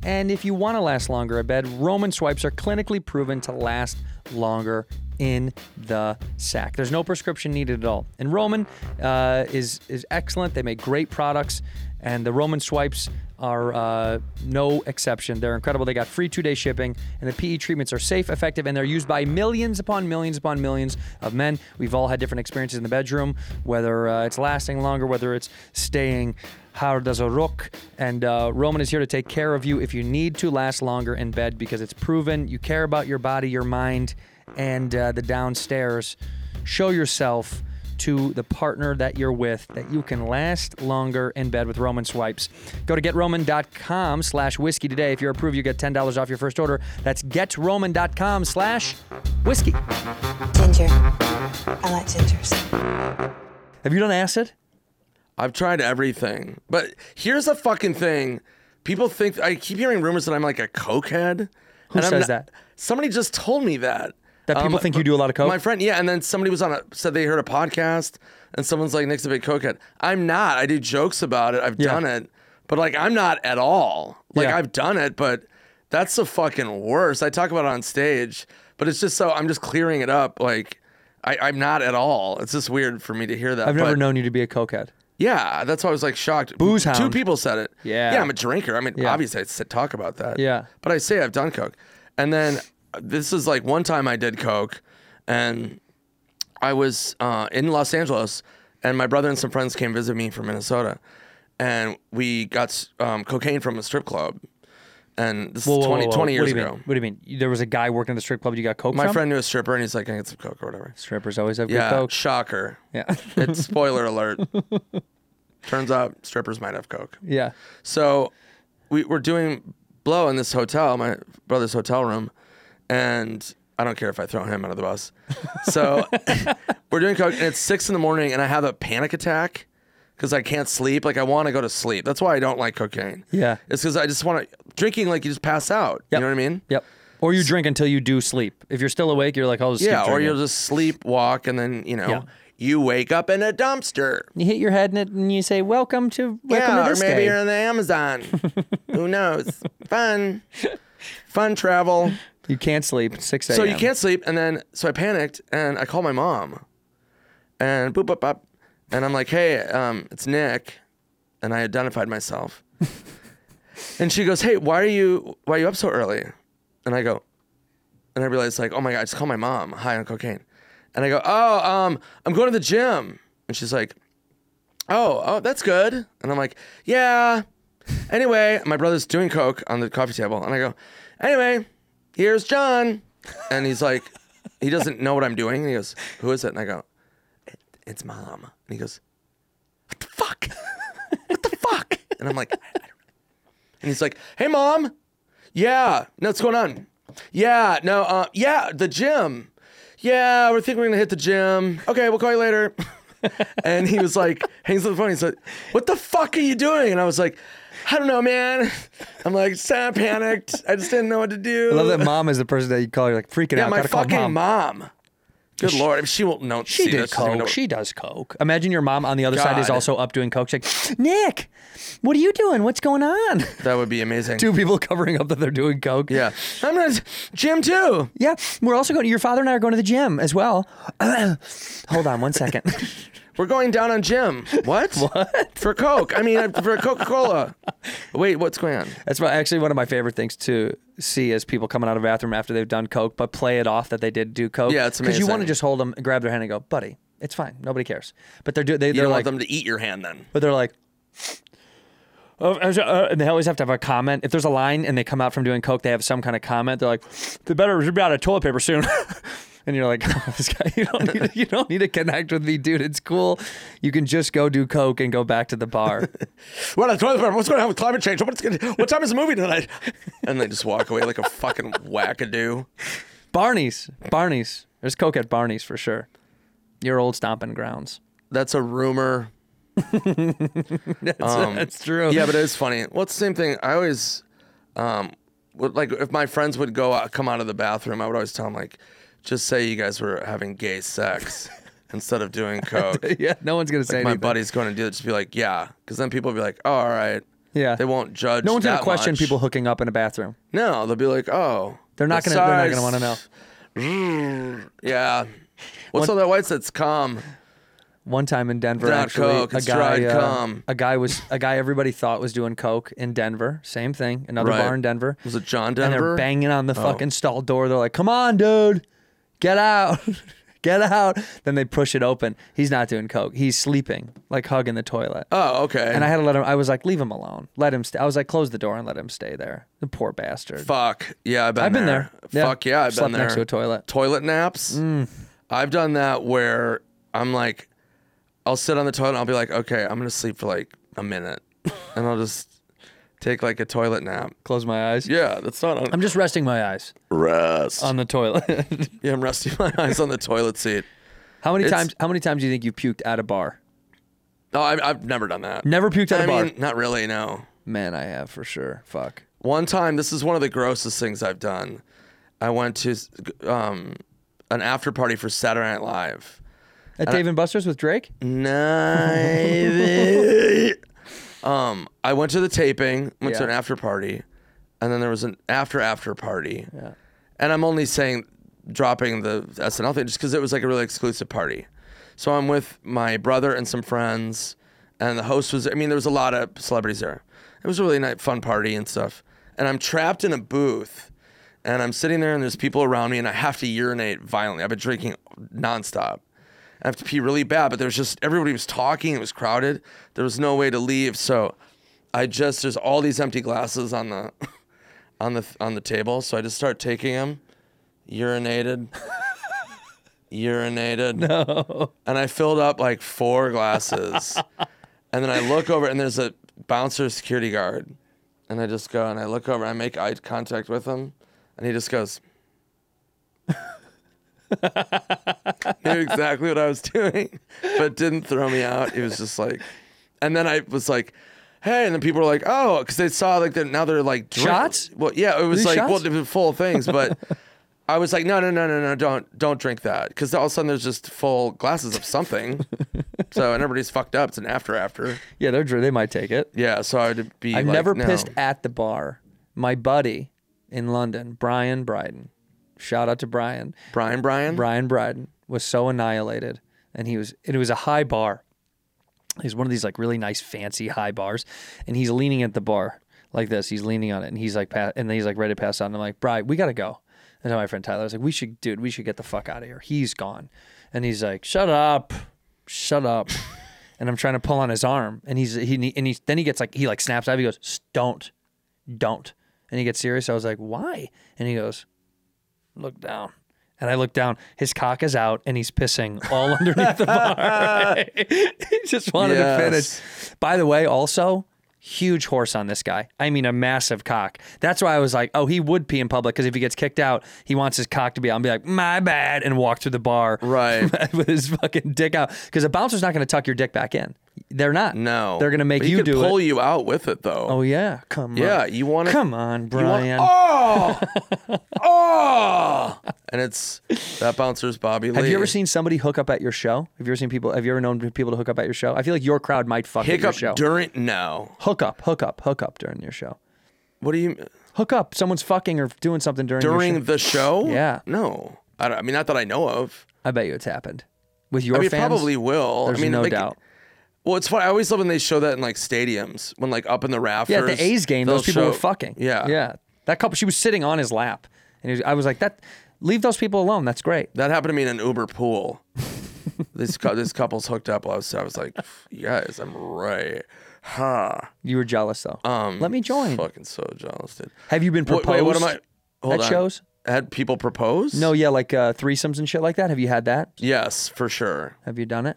[SPEAKER 1] And if you want to last longer in bed, Roman swipes are clinically proven to last longer in the sack. There's no prescription needed at all. And Roman uh, is is excellent. They make great products, and the Roman swipes are uh, no exception. They're incredible. They got free two day shipping, and the PE treatments are safe, effective, and they're used by millions upon millions upon millions of men. We've all had different experiences in the bedroom, whether uh, it's lasting longer, whether it's staying hard as a rock. And uh, Roman is here to take care of you if you need to last longer in bed because it's proven you care about your body, your mind, and uh, the downstairs. Show yourself to the partner that you're with that you can last longer in bed with Roman Swipes. Go to getroman.com slash whiskey today. If you're approved, you get $10 off your first order. That's getroman.com slash whiskey.
[SPEAKER 7] Ginger. I like gingers.
[SPEAKER 1] Have you done acid?
[SPEAKER 8] I've tried everything. But here's the fucking thing. People think I keep hearing rumors that I'm like a cokehead. Who
[SPEAKER 1] says that?
[SPEAKER 8] Somebody just told me that. Um,
[SPEAKER 1] That people think you do a lot of coke?
[SPEAKER 8] My friend, yeah, and then somebody was on a said they heard a podcast and someone's like Nick's a big cokehead. I'm not. I do jokes about it. I've
[SPEAKER 1] Yeah.
[SPEAKER 8] done it. But like I'm not at all. Like
[SPEAKER 1] Yeah.
[SPEAKER 8] I've done it, but that's the fucking worst. I talk about it on stage, but it's just so I'm just clearing it up. Like I, I'm not at all. It's just weird for me to hear that.
[SPEAKER 1] I've never
[SPEAKER 8] but-
[SPEAKER 1] known you to be a cokehead.
[SPEAKER 8] yeah, that's why I was like shocked.
[SPEAKER 1] Booze
[SPEAKER 8] Two
[SPEAKER 1] hound.
[SPEAKER 8] people said it.
[SPEAKER 1] Yeah.
[SPEAKER 8] Yeah, I'm a drinker. I mean,
[SPEAKER 1] Yeah.
[SPEAKER 8] obviously, I said talk about that.
[SPEAKER 1] Yeah.
[SPEAKER 8] But I say I've done coke, and then uh, this is like one time I did coke, and I was uh, in Los Angeles, and my brother and some friends came visit me from Minnesota, and we got s- um, cocaine from a strip club, and this
[SPEAKER 1] Whoa,
[SPEAKER 8] is
[SPEAKER 1] whoa,
[SPEAKER 8] 20,
[SPEAKER 1] whoa, whoa.
[SPEAKER 8] 20
[SPEAKER 1] what
[SPEAKER 8] years
[SPEAKER 1] do you
[SPEAKER 8] ago.
[SPEAKER 1] Mean? What do you mean? You- There was a guy working at the strip club you got coke
[SPEAKER 8] My
[SPEAKER 1] from?
[SPEAKER 8] friend knew a stripper, and he's like, "Can I get some coke or whatever?"
[SPEAKER 1] Strippers always have
[SPEAKER 8] Yeah,
[SPEAKER 1] good coke.
[SPEAKER 8] shocker.
[SPEAKER 1] yeah.
[SPEAKER 8] It's spoiler alert. Turns out strippers might have coke.
[SPEAKER 1] yeah.
[SPEAKER 8] So we were doing blow in this hotel, my brother's hotel room, and I don't care if I throw him under the bus. So we're doing coke, and it's six in the morning, and I have a panic attack because I can't sleep. Like I want to go to sleep. That's why I don't like cocaine.
[SPEAKER 1] Yeah.
[SPEAKER 8] it's because I just want to drinking. Like you just pass out.
[SPEAKER 1] Yep.
[SPEAKER 8] You know what I mean?
[SPEAKER 1] Yep. Or you drink until you do sleep. If you're still awake, you're like, I'll just
[SPEAKER 8] Yeah,
[SPEAKER 1] keep
[SPEAKER 8] or
[SPEAKER 1] drinking.
[SPEAKER 8] you'll just sleep, walk, and then you know
[SPEAKER 1] Yeah.
[SPEAKER 8] you wake up in a dumpster.
[SPEAKER 1] You hit your head in it and you say, "Welcome to welcome
[SPEAKER 8] Yeah,
[SPEAKER 1] to
[SPEAKER 8] or
[SPEAKER 1] this
[SPEAKER 8] maybe
[SPEAKER 1] day."
[SPEAKER 8] you're in the Amazon. Who knows? Fun, fun travel.
[SPEAKER 1] You can't sleep. It's Six a.m.
[SPEAKER 8] So you can't sleep, and then so I panicked and I called my mom, and boop boop boop, and I'm like, hey, um, it's Nick, and I identified myself, and she goes, hey, why are you why are you up so early? And I go, and I realized like, oh my god, I just called my mom high on cocaine, and I go, oh, um, I'm going to the gym, and she's like, oh, oh, that's good, and I'm like, yeah. Anyway, my brother's doing coke on the coffee table, and I go, anyway, here's John. And he's like, he doesn't know what I'm doing. And he goes, who is it? And I go, "It- it's mom. And he goes, what the fuck? What the fuck? And I'm like, I don't know. and he's like, hey, mom. Yeah. No, what's going on? Yeah. No, uh, yeah, the gym. Yeah, we're thinking we're going to hit the gym. Okay, we'll call you later. and he was like, hangs up the phone. He's like, what the fuck are you doing? And I was like, I don't know, man. I'm like, so panicked. I just didn't know what to do.
[SPEAKER 1] I love that mom is the person that you call. You're like freaking
[SPEAKER 8] Yeah,
[SPEAKER 1] out.
[SPEAKER 8] my
[SPEAKER 1] Gotta call mom.
[SPEAKER 8] fucking mom. Good lord, I mean, she won't know.
[SPEAKER 1] She
[SPEAKER 8] see
[SPEAKER 1] did
[SPEAKER 8] this. doesn't even know
[SPEAKER 1] coke.
[SPEAKER 8] what-
[SPEAKER 1] She does coke. Imagine your mom on the other side is
[SPEAKER 8] God.
[SPEAKER 1] also up doing coke. She's like, Nick, what are you doing? What's going on?
[SPEAKER 8] that would be amazing.
[SPEAKER 1] Two people covering up that they're doing coke.
[SPEAKER 8] Yeah, I'm gonna Jim too.
[SPEAKER 1] Yeah. We're also going. Your father and I are going to the gym as well. Hold on one second.
[SPEAKER 8] We're going down on Jim. What? what? For Coke. I mean, uh, for Coca Cola. Wait, what's going on?
[SPEAKER 1] That's my, actually one of my favorite things to see is people coming out of the bathroom after they've done coke, but play it off that they did do coke.
[SPEAKER 8] Yeah, it's
[SPEAKER 1] Because you want to
[SPEAKER 8] amazing.
[SPEAKER 1] just hold them, grab their hand, and go, buddy, it's fine. Nobody cares. But they're do, they,
[SPEAKER 8] You
[SPEAKER 1] they're
[SPEAKER 8] don't
[SPEAKER 1] like
[SPEAKER 8] want them to eat your hand then.
[SPEAKER 1] but they're like, "Oh, uh, uh," and they always have to have a comment. If there's a line and they come out from doing coke, they have some kind of comment. They're like, "They better be out of toilet paper soon." and you're like, oh, "This guy, you don't need to, you don't need to connect with me, dude. It's cool. You can just go do coke and go back to the bar."
[SPEAKER 8] What on toilet paper? What's going on with climate change? What's gonna, what time is the movie tonight? And they just walk away like a fucking wackadoo.
[SPEAKER 1] Barney's, Barney's. There's coke at Barney's for sure. Your old stomping grounds.
[SPEAKER 8] That's a rumor.
[SPEAKER 1] That's true.
[SPEAKER 8] Um, Yeah, but it is funny. Well, it's the same thing. I always, um, would, like if my friends would go out, come out of the bathroom, I would always tell them like, just say you guys were having gay sex instead of doing coke.
[SPEAKER 1] yeah, no one's gonna say
[SPEAKER 8] my
[SPEAKER 1] anything.
[SPEAKER 8] buddy's going to do it. Just be like, yeah, because then people will be like, oh, all right.
[SPEAKER 1] Yeah.
[SPEAKER 8] They won't judge.
[SPEAKER 1] No one's gonna
[SPEAKER 8] that
[SPEAKER 1] question
[SPEAKER 8] much.
[SPEAKER 1] people hooking up in a bathroom.
[SPEAKER 8] No, they'll be like, oh,
[SPEAKER 1] They're not
[SPEAKER 8] the
[SPEAKER 1] gonna. They're not gonna
[SPEAKER 8] size-
[SPEAKER 1] want to know.
[SPEAKER 8] Yeah. What's all that white that's cum?
[SPEAKER 1] One time in Denver,
[SPEAKER 8] Not
[SPEAKER 1] actually,
[SPEAKER 8] coke,
[SPEAKER 1] a
[SPEAKER 8] it's dried
[SPEAKER 1] guy, uh,
[SPEAKER 8] cum.
[SPEAKER 1] a guy was a guy everybody thought was doing coke in Denver. Same thing, another
[SPEAKER 8] Right.
[SPEAKER 1] bar in Denver.
[SPEAKER 8] Was it John
[SPEAKER 1] And
[SPEAKER 8] Denver? Oh.
[SPEAKER 1] they're banging on the fucking stall door. They're like, "Come on, dude, get out, get out." Then they push it open. He's not doing coke. He's sleeping, like hugging the toilet.
[SPEAKER 8] Oh, okay.
[SPEAKER 1] and I had to let him. I was like, "Leave him alone. Let him." Stay. I was like, "Close the door and let him stay there." The poor bastard.
[SPEAKER 8] Fuck. Yeah, I've been
[SPEAKER 1] I've been
[SPEAKER 8] there.
[SPEAKER 1] there. Yeah.
[SPEAKER 8] Fuck yeah, I've
[SPEAKER 1] Slept
[SPEAKER 8] been there.
[SPEAKER 1] next to a toilet. Mm.
[SPEAKER 8] Toilet naps. I've done that where I'm like, I'll sit on the toilet and I'll be like, okay, I'm going to sleep for like a minute. and I'll just take like a toilet nap.
[SPEAKER 1] Close my eyes.
[SPEAKER 8] Yeah, that's not on
[SPEAKER 1] I'm just Um, resting my eyes
[SPEAKER 8] rest.
[SPEAKER 1] on the toilet.
[SPEAKER 8] yeah, I'm resting my eyes on the toilet seat.
[SPEAKER 1] how many
[SPEAKER 8] It's-
[SPEAKER 1] times? How many times do you think you puked at a bar?
[SPEAKER 8] No, I, I've never done that.
[SPEAKER 1] Never puked at
[SPEAKER 8] I
[SPEAKER 1] a bar.
[SPEAKER 8] mean, not really, no.
[SPEAKER 1] Man, I have for sure. Fuck.
[SPEAKER 8] One time, this is one of the grossest things I've done. I went to um, an after party for Saturday Night Live.
[SPEAKER 1] At Dave and Mm. Buster's with Drake?
[SPEAKER 8] Night. um, I went to the taping, went to
[SPEAKER 1] Yeah.
[SPEAKER 8] an after party, and then there was an after after party. Yeah. And I'm only saying dropping the SNL thing just because it was like a really exclusive party. So I'm with my brother and some friends, and the host was. I mean, there was a lot of celebrities there. It was a really nice, fun party and stuff. And I'm trapped in a booth, and I'm sitting there, and there's people around me, and I have to urinate violently. I've been drinking nonstop. I have to pee really bad, but there was just everybody was talking. It was crowded. There was no way to leave, so I just there's all these empty glasses on the on the on the table. So I just start taking them, urinated, urinated, no, and I filled up like four glasses, and then I look over and there's a bouncer security guard, and I just go and I look over. I make eye contact with him, and he just goes. knew exactly what I was doing, but didn't throw me out. It was just like, and then I was like, hey, and then people were like, oh, because they saw like that now they're like drink-
[SPEAKER 1] Shots?
[SPEAKER 8] Well, yeah, it was
[SPEAKER 1] These
[SPEAKER 8] like
[SPEAKER 1] shots?
[SPEAKER 8] well, it was full of things, but I was like, no, no, no, no, no, don't, don't drink that, because all of a sudden there's just full glasses of something, so and everybody's fucked up. It's an after after.
[SPEAKER 1] Yeah, they're Dr- they might take it.
[SPEAKER 8] Yeah, so I would be.
[SPEAKER 1] I've
[SPEAKER 8] like,
[SPEAKER 1] never
[SPEAKER 8] no.
[SPEAKER 1] pissed at the bar. My buddy in London, Brian Bryden. Shout out to Brian.
[SPEAKER 8] Brian, Brian,
[SPEAKER 1] Brian Bryden was so annihilated and he was and it was a high bar. He's one of these like really nice fancy high bars and he's leaning at the bar like this. He's leaning on it and he's like pa- and then he's like ready to pass out and I'm like, "Brian, we got to go." And then my friend Tyler was like, "We should dude, we should get the fuck out of here. He's gone." And he's like, "Shut up. Shut up." and I'm trying to pull on his arm and he's he and he then he gets like he like snaps out. He goes, "S- "Don't. Don't." And he gets serious. I was like, "Why?" And he goes, look down. And I look down, his cock is out and he's pissing all underneath the bar. he just wanted
[SPEAKER 8] Yes.
[SPEAKER 1] to finish. By the way, also, huge horse on this guy. I mean, a massive cock. That's why I was like, oh, he would pee in public because if he gets kicked out, he wants his cock to be out and be like, my bad, and walk through the bar
[SPEAKER 8] Right.
[SPEAKER 1] with his fucking dick out. Because a bouncer's not going to tuck your dick back in. They're not.
[SPEAKER 8] No,
[SPEAKER 1] They're gonna make
[SPEAKER 8] But he
[SPEAKER 1] you
[SPEAKER 8] could
[SPEAKER 1] do
[SPEAKER 8] pull
[SPEAKER 1] it.
[SPEAKER 8] you out with it though.
[SPEAKER 1] Oh yeah, come on.
[SPEAKER 8] Yeah, you wanna-
[SPEAKER 1] Come on,
[SPEAKER 8] You want-
[SPEAKER 1] Brian.
[SPEAKER 8] oh, oh, and it's that bouncer's Bobby Lee.
[SPEAKER 1] Have you ever seen somebody hook up at your show? Have you ever seen people? Have you ever known people to hook up at your show? I feel like your crowd might fuck at your
[SPEAKER 8] hiccup
[SPEAKER 1] show.
[SPEAKER 8] during? No.
[SPEAKER 1] hook up, hook up, hook up during your show.
[SPEAKER 8] What do you
[SPEAKER 1] Hook up. Someone's fucking or doing something during your
[SPEAKER 8] during
[SPEAKER 1] show.
[SPEAKER 8] the show?
[SPEAKER 1] Yeah.
[SPEAKER 8] No, I, don't, I mean not that I know of.
[SPEAKER 1] I bet you it's happened with your
[SPEAKER 8] I mean,
[SPEAKER 1] fans.
[SPEAKER 8] probably will.
[SPEAKER 1] There's
[SPEAKER 8] I mean,
[SPEAKER 1] no
[SPEAKER 8] like,
[SPEAKER 1] doubt.
[SPEAKER 8] Well, it's funny. I always love when they show that in like stadiums when like up in the rafters.
[SPEAKER 1] Yeah, at the A's game, those
[SPEAKER 8] they'll
[SPEAKER 1] people were
[SPEAKER 8] show-
[SPEAKER 1] fucking.
[SPEAKER 8] Yeah,
[SPEAKER 1] yeah. That couple, she was sitting on his lap, and he was, I was like, "That, leave those people alone. That's great."
[SPEAKER 8] That happened to me in an Uber pool. this cou- this couple's hooked up. I was I was like, you guys, I'm right. Ha!
[SPEAKER 1] You were jealous though. Um, Let me join.
[SPEAKER 8] Fucking so jealous, dude.
[SPEAKER 1] Have you been
[SPEAKER 8] Wait,
[SPEAKER 1] proposed?
[SPEAKER 8] wait, what am I? Hold
[SPEAKER 1] That
[SPEAKER 8] on.
[SPEAKER 1] shows?
[SPEAKER 8] Had people propose?
[SPEAKER 1] No, yeah, like uh, threesomes and shit like that. Have you had that?
[SPEAKER 8] Yes, for sure.
[SPEAKER 1] Have you done it?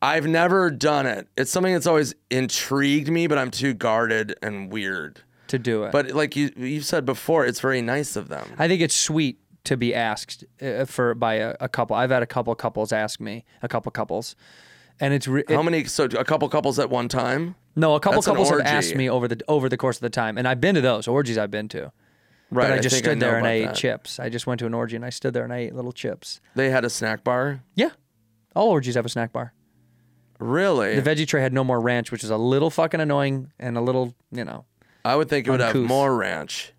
[SPEAKER 8] I've never done it. It's something that's always intrigued me, but I'm too guarded and weird.
[SPEAKER 1] To do it.
[SPEAKER 8] But like you you said before, it's very nice of them.
[SPEAKER 1] I think it's sweet to be asked uh, for by a, a couple. I've had a couple couples ask me, a couple couples, and it's re-
[SPEAKER 8] How
[SPEAKER 1] it-
[SPEAKER 8] many? So a couple couples at one time,
[SPEAKER 1] no, a couple
[SPEAKER 8] That's an
[SPEAKER 1] couples have
[SPEAKER 8] orgy.
[SPEAKER 1] asked me over the over the course of the time, and I've been to those orgies. I've been to,
[SPEAKER 8] right?
[SPEAKER 1] but I just
[SPEAKER 8] think
[SPEAKER 1] stood
[SPEAKER 8] know
[SPEAKER 1] there and
[SPEAKER 8] about
[SPEAKER 1] I ate
[SPEAKER 8] that.
[SPEAKER 1] chips. I just went to an orgy and I stood there and I ate little chips.
[SPEAKER 8] They had a snack bar.
[SPEAKER 1] Yeah, all orgies have a snack bar.
[SPEAKER 8] Really?
[SPEAKER 1] The veggie tray had no more ranch, which is a little fucking annoying and a little, you know.
[SPEAKER 8] I would think it would have
[SPEAKER 1] Uncouth.
[SPEAKER 8] more ranch.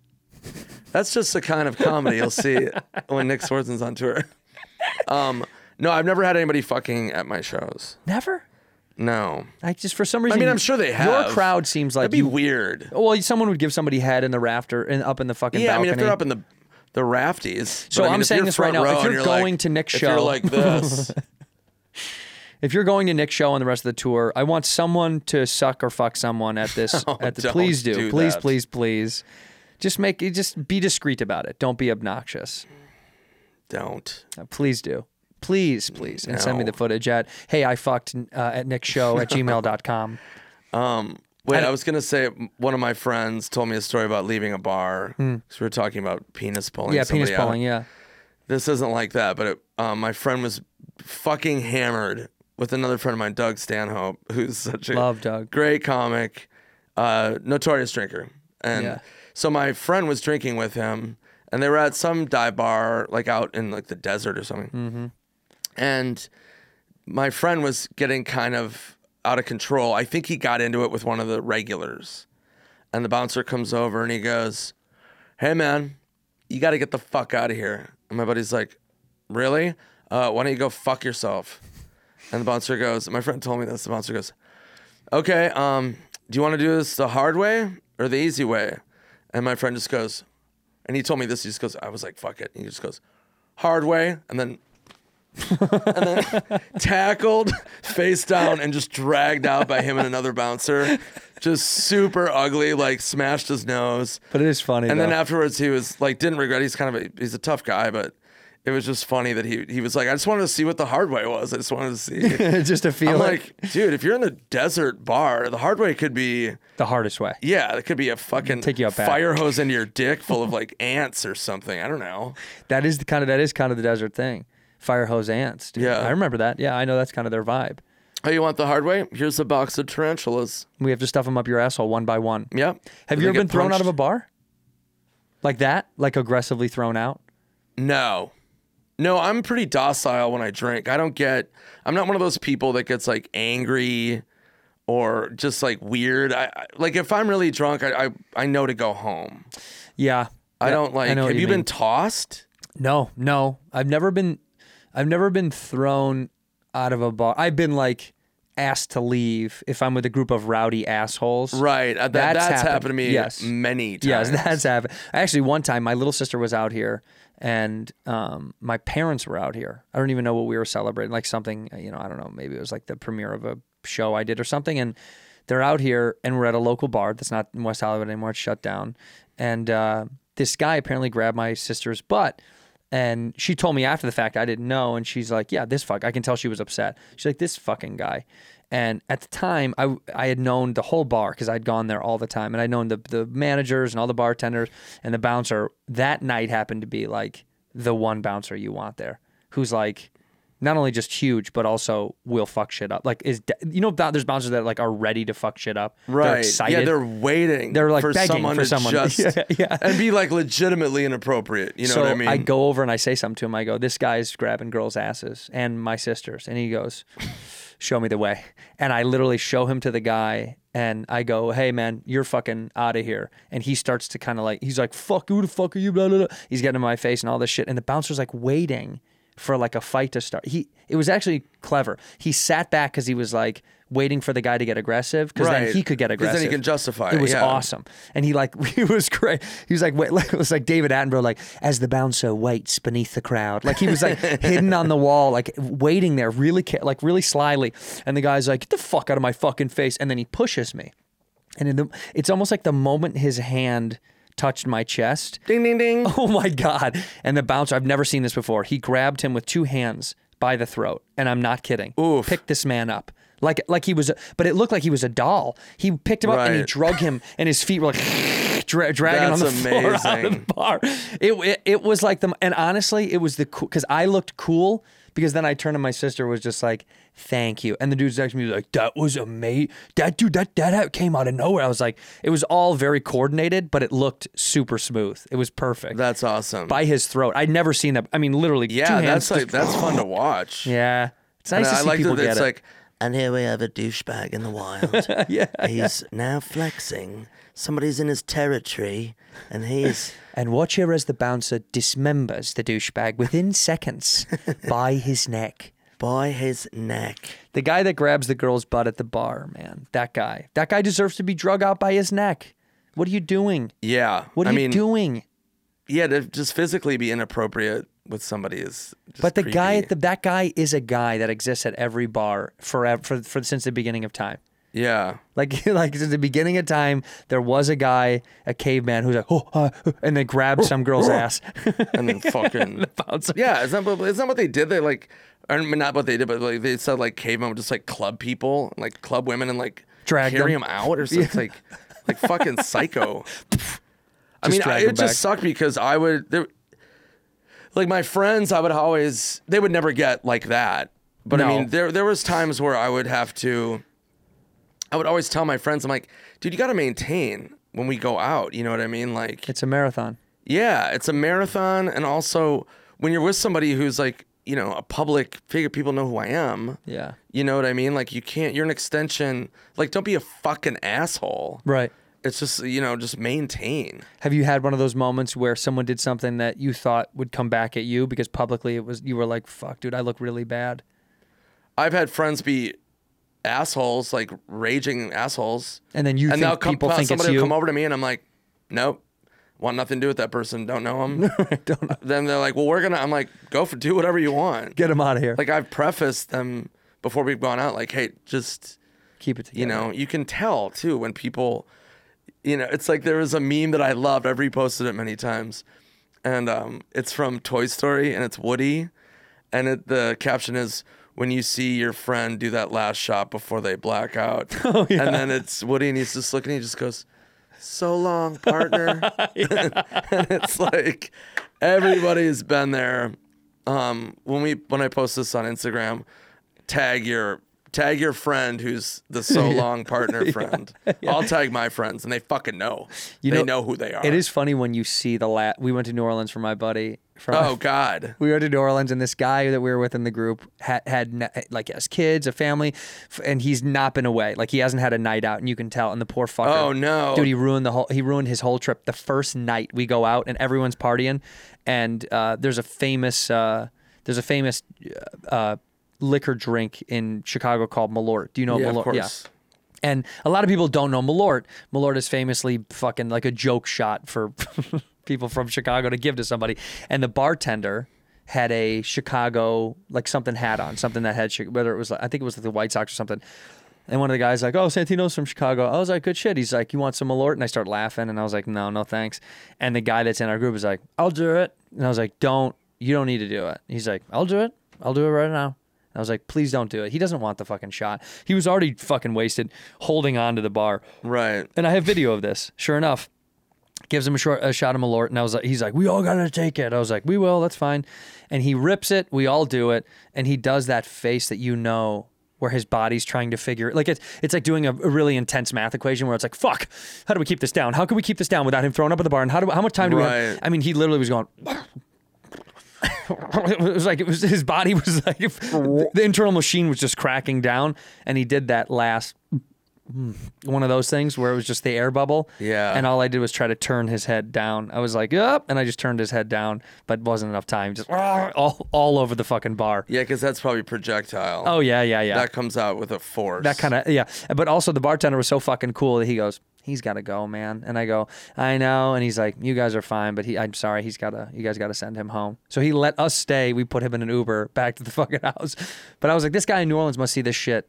[SPEAKER 8] That's just the kind of comedy you'll see when Nick Swartzen's on tour. Um, no, I've never had anybody fucking at my shows.
[SPEAKER 1] Never.
[SPEAKER 8] No,
[SPEAKER 1] I just for some
[SPEAKER 8] I
[SPEAKER 1] reason.
[SPEAKER 8] mean I'm sure they have.
[SPEAKER 1] Your crowd seems like
[SPEAKER 8] that'd be
[SPEAKER 1] you-
[SPEAKER 8] weird.
[SPEAKER 1] Well, someone would give somebody head in the rafter and up in the fucking
[SPEAKER 8] Yeah, I
[SPEAKER 1] balcony.
[SPEAKER 8] mean if they're up in the the rafties.
[SPEAKER 1] So
[SPEAKER 8] but I mean,
[SPEAKER 1] I'm
[SPEAKER 8] if
[SPEAKER 1] saying
[SPEAKER 8] you're
[SPEAKER 1] this right
[SPEAKER 8] front
[SPEAKER 1] now, if
[SPEAKER 8] row and
[SPEAKER 1] you're
[SPEAKER 8] like-
[SPEAKER 1] going to Nick's
[SPEAKER 8] if you're
[SPEAKER 1] show-
[SPEAKER 8] like this,
[SPEAKER 1] if you're going to Nick's show and the rest of the tour, I want someone to suck or fuck someone at this. at the
[SPEAKER 8] Oh, don't
[SPEAKER 1] please do,
[SPEAKER 8] do
[SPEAKER 1] please,
[SPEAKER 8] that.
[SPEAKER 1] please, please. Just make it. Just be discreet about it. Don't be obnoxious.
[SPEAKER 8] don't.
[SPEAKER 1] Uh, Please do. Please, please, and send me
[SPEAKER 8] No.
[SPEAKER 1] the footage at hey I fucked uh, at Nick's show at gmail.com.
[SPEAKER 8] Wait, I, was gonna say one of my friends told me a story about leaving a bar because we were talking about penis pulling.
[SPEAKER 1] Hmm. Yeah, penis
[SPEAKER 8] somebody out.
[SPEAKER 1] pulling. Yeah,
[SPEAKER 8] this isn't like that, but it, um, my friend was fucking hammered with another friend of mine, Doug Stanhope, who's such a
[SPEAKER 1] Love Doug.
[SPEAKER 8] great comic, uh, notorious drinker, and
[SPEAKER 1] Yeah.
[SPEAKER 8] so my friend was drinking with him, and they were at some dive bar like out in like the desert or something, and my friend was getting kind of out of control. I think he got into it with one of the regulars, and the bouncer comes over and he goes, "Hey man, you got to get the fuck out of here. And my buddy's like, really? Uh, why don't you go fuck yourself? And the bouncer goes, my friend told me this. The bouncer goes, okay, um, do you want to do this the hard way or the easy way? And my friend just goes, and he told me this. He just goes, I was like, fuck it. And he just goes, hard way. And then, and then tackled face down and just dragged out by him and another bouncer. Just super ugly, like smashed his nose.
[SPEAKER 1] but it is funny.
[SPEAKER 8] And then afterwards, he was like, didn't regret. He's kind of a, he's a tough guy, but it was just funny that he he was like, I just wanted to see what the hard way was. I just wanted to see.
[SPEAKER 1] just to feel
[SPEAKER 8] I'm
[SPEAKER 1] like
[SPEAKER 8] like, dude, if you're in the desert bar, the hard way could be,
[SPEAKER 1] the hardest way.
[SPEAKER 8] yeah, it could be a fucking
[SPEAKER 1] Take you out back.
[SPEAKER 8] fire hose into your dick full of like ants or something. I don't know.
[SPEAKER 1] That is the kind of that is kind of the desert thing. Fire hose ants. Dude.
[SPEAKER 8] Yeah.
[SPEAKER 1] I remember that. Yeah, I know that's kind of their vibe.
[SPEAKER 8] Oh, you want the hard way? Here's a box of tarantulas.
[SPEAKER 1] We have to stuff them up your asshole one by one.
[SPEAKER 8] Yep.
[SPEAKER 1] Have you ever been thrown out of a bar? Like that? Like aggressively thrown out?
[SPEAKER 8] No. No, I'm pretty docile when I drink. I don't get I'm not one of those people that gets like angry or just like weird. I I- like if I'm really drunk, I I, I know to go home.
[SPEAKER 1] Yeah.
[SPEAKER 8] I
[SPEAKER 1] Yeah,
[SPEAKER 8] don't like
[SPEAKER 1] know what
[SPEAKER 8] have you,
[SPEAKER 1] mean.
[SPEAKER 8] been tossed?
[SPEAKER 1] No, no. I've never been I've never been thrown out of a bar. I've been like asked to leave if I'm with a group of rowdy assholes.
[SPEAKER 8] Right. uh, That, that's, happened. to me
[SPEAKER 1] Yes.
[SPEAKER 8] many
[SPEAKER 1] Yes,
[SPEAKER 8] times.
[SPEAKER 1] that's happened. Actually, one time my little sister was out here, and um, my parents were out here. I don't even know what we were celebrating, like something uh, you know, I don't know. Maybe it was like the premiere of a show I did or something. And they're out here, and we're at a local bar that's not in West Hollywood anymore. It's shut down. And uh, this guy apparently grabbed my sister's butt. And she told me after the fact, I didn't know. And she's like, "Yeah, this fuck." I can tell she was upset. She's like, "This fucking guy." And at the time, I I had known the whole bar because I'd gone there all the time, and I'd known the the managers and all the bartenders and the bouncer. That night happened to be like the one bouncer you want there, who's like, not only just huge, but also will fuck shit up. Like is you know there's bouncers that like are ready to fuck shit up. They're excited.
[SPEAKER 8] Yeah, they're waiting.
[SPEAKER 1] They're, like,
[SPEAKER 8] for
[SPEAKER 1] begging
[SPEAKER 8] someone
[SPEAKER 1] for
[SPEAKER 8] to
[SPEAKER 1] someone.
[SPEAKER 8] just
[SPEAKER 1] Yeah, yeah.
[SPEAKER 8] and be like legitimately inappropriate. You know
[SPEAKER 1] so
[SPEAKER 8] what I mean?
[SPEAKER 1] go over and I say something to him. I go, "This guy's grabbing girls' asses and my sisters," and he goes, "Show me the way." And I literally show him to the guy, and I go, "Hey, man, you're fucking out of here." And he starts to kind of like, he's like, "Fuck who the fuck are you?" Blah, blah, blah. He's getting in my face and all this shit, and the bouncer's like waiting for like a fight to start. He it was actually clever. He sat back because he was like waiting for the guy to get aggressive because
[SPEAKER 8] Right.
[SPEAKER 1] then he could get
[SPEAKER 8] 'Cause then he
[SPEAKER 1] aggressive.
[SPEAKER 8] can justify
[SPEAKER 1] It
[SPEAKER 8] it,
[SPEAKER 1] was
[SPEAKER 8] yeah.
[SPEAKER 1] awesome awesome. And he like he was great. He was like wait, like, it was like David Attenborough like as the bouncer waits beneath the crowd. Like he was like hidden on the wall, like waiting there, really ca- like really slyly. And the guy's like, "Get the fuck out of my fucking face!" And then he pushes me. And in the, it's almost like the moment his hand touched my chest,
[SPEAKER 8] ding ding ding.
[SPEAKER 1] Oh my God. And the bouncer, I've never seen this before. He grabbed him with two hands by the throat. And I'm not kidding.
[SPEAKER 8] Oof.
[SPEAKER 1] Picked this man up. Like, like he was, a, but it looked like he was a doll. He picked him up and he
[SPEAKER 8] Right.
[SPEAKER 1] drug him, and his feet were like dra- dragging on the
[SPEAKER 8] That's
[SPEAKER 1] floor out of the
[SPEAKER 8] amazing.
[SPEAKER 1] bar. It, it it was like the, and honestly, it was the cool because I looked cool because then I turned to my sister was just like, "Thank you," and the dude's next to me was like, "That was amazing. That dude, that that came out of nowhere." I was like, it was all very coordinated, but it looked super smooth. It was perfect
[SPEAKER 8] That's awesome.
[SPEAKER 1] by his throat. I'd never seen that. I mean, literally. two
[SPEAKER 8] yeah,
[SPEAKER 1] hands
[SPEAKER 8] that's like
[SPEAKER 1] just-
[SPEAKER 8] that's fun to watch.
[SPEAKER 1] yeah. It's nice
[SPEAKER 8] And
[SPEAKER 1] to
[SPEAKER 8] I
[SPEAKER 1] see
[SPEAKER 8] like
[SPEAKER 1] people
[SPEAKER 8] that
[SPEAKER 1] get
[SPEAKER 8] it's
[SPEAKER 1] it.
[SPEAKER 8] like
[SPEAKER 9] And here we have a douchebag in the wild.
[SPEAKER 1] yeah.
[SPEAKER 9] He's now flexing. Somebody's in his territory, and he's
[SPEAKER 1] And watch here as the bouncer dismembers the douchebag within seconds by his neck.
[SPEAKER 9] by his neck.
[SPEAKER 1] The guy that grabs the girl's butt at the bar, man. That guy. That guy deserves to be drug out by his neck. What are you doing?
[SPEAKER 8] yeah.
[SPEAKER 1] What are
[SPEAKER 8] I
[SPEAKER 1] you
[SPEAKER 8] mean,
[SPEAKER 1] doing?
[SPEAKER 8] Yeah, to just physically be inappropriate with somebody is. Just
[SPEAKER 1] But the guy
[SPEAKER 8] creepy.
[SPEAKER 1] at the that guy is a guy that exists at every bar forever for, for since the beginning of time.
[SPEAKER 8] yeah.
[SPEAKER 1] Like like since the beginning of time, there was a guy, a caveman, who's like, oh, uh, uh," and they grabbed some girl's ass.
[SPEAKER 8] and then fucking
[SPEAKER 1] bouncer.
[SPEAKER 8] Yeah, it's not. what- It's not what they did. They like, or not what they did, but like they said like cavemen would just like club people, like club women, and like
[SPEAKER 1] Drag
[SPEAKER 8] carry
[SPEAKER 1] them.
[SPEAKER 8] them out or something. Like, like fucking psycho. I mean, I,
[SPEAKER 1] drag
[SPEAKER 8] it
[SPEAKER 1] them back.
[SPEAKER 8] just sucked because I would, there, like my friends, I would always they would never get like that. But
[SPEAKER 1] No.
[SPEAKER 8] I mean, there there was times where I would have to. I would always tell my friends, I'm like, dude, you got to maintain when we go out. You know what I mean? Like,
[SPEAKER 1] It's a marathon.
[SPEAKER 8] yeah, it's a marathon, and also when you're with somebody who's like, you know, a public figure, people know who I am.
[SPEAKER 1] Yeah.
[SPEAKER 8] You know what I mean? Like, you can't. You're an extension. Like, don't be a fucking asshole.
[SPEAKER 1] Right.
[SPEAKER 8] It's just you know, just maintain.
[SPEAKER 1] Have you had one of those moments where someone did something that you thought would come back at you because publicly it was you were like, fuck, dude, I look really bad.
[SPEAKER 8] I've had friends be assholes, like raging assholes,
[SPEAKER 1] And then you think
[SPEAKER 8] and they'll come. uh,
[SPEAKER 1] people think
[SPEAKER 8] somebody
[SPEAKER 1] it's you.
[SPEAKER 8] will come over to me, and I'm like, nope, want nothing to do with that person. Don't know them.
[SPEAKER 1] Don't know.
[SPEAKER 8] then they're like, well, we're gonna. I'm like, go for do whatever you want.
[SPEAKER 1] Get him out of here.
[SPEAKER 8] like I've prefaced them before we've gone out, like, hey, just
[SPEAKER 1] Keep it together.
[SPEAKER 8] you know, you can tell too when people, you know, it's like there was a meme that I loved. I've reposted it many times, and um, it's from Toy Story, and it's Woody, and it, the caption is. When you see your friend do that last shot before they black out, and then it's Woody, and he's just looking, he just goes, "So long, partner." and it's like everybody's been there. Um, when we when I post this on Instagram, tag your tag your friend who's the so long partner friend. I'll tag my friends, and they fucking know.
[SPEAKER 1] You
[SPEAKER 8] they
[SPEAKER 1] know,
[SPEAKER 8] know, who they are.
[SPEAKER 1] It is funny when you see the lat. We went to New Orleans for my buddy. From
[SPEAKER 8] Oh God.
[SPEAKER 1] we went to New Orleans, and this guy that we were with in the group had, had n- like has kids, a family, f- and he's not been away. Like he hasn't had a night out, and you can tell. And the poor fucker.
[SPEAKER 8] Oh, no.
[SPEAKER 1] dude, he ruined the whole. He ruined his whole trip. The first night we go out, and everyone's partying, and uh, there's a famous uh, there's a famous uh, liquor drink in Chicago called Malort. Do you know
[SPEAKER 8] Yeah,
[SPEAKER 1] Malort?
[SPEAKER 8] of course.
[SPEAKER 1] And a lot of people don't know Malort. Malort is famously fucking like a joke shot for people from Chicago to give to somebody. And the bartender had a Chicago like something hat on, something that had Chi- whether it was like, I think it was like the White Sox or something. And one of the guys like, "Oh, Santino's from Chicago." I was like, "Good shit." He's like, "You want some Malort?" And I start laughing, and I was like, "No, no, thanks." And the guy that's in our group is like, "I'll do it," and I was like, "Don't, you don't need to do it." He's like, "I'll do it. I'll do it right now." I was like, please don't do it. He doesn't want the fucking shot. He was already fucking wasted holding on to the bar.
[SPEAKER 8] Right.
[SPEAKER 1] And I have video of this, sure enough. gives him a short a shot of Malort, and I was like, he's like, we all gotta take it. I was like, we will, that's fine. And he rips it, we all do it, and he does that face that you know where his body's trying to figure like it's it's like doing a, a really intense math equation where it's like, fuck, how do we keep this down? How can we keep this down without him throwing up at the barn? How do how much time do we have?
[SPEAKER 8] Right.
[SPEAKER 1] I mean, he literally was going. it was like it was his body was like the internal machine was just cracking down, and he did that last mm, one of those things where it was just the air bubble.
[SPEAKER 8] Yeah.
[SPEAKER 1] And all I did was try to turn his head down. I was like, up, and I just turned his head down, but wasn't enough time. Just "Argh," all all over the fucking bar.
[SPEAKER 8] Yeah, because that's probably projectile.
[SPEAKER 1] Oh yeah, yeah, yeah.
[SPEAKER 8] That comes out with a force.
[SPEAKER 1] That kind of yeah. But also the bartender was so fucking cool that he goes, he's got to go, man. And I go, I know. And he's like, you guys are fine, but he, I'm sorry, he's got to, you guys got to send him home. So he let us stay. We put him in an Uber back to the fucking house. But I was like, this guy in New Orleans must see this shit.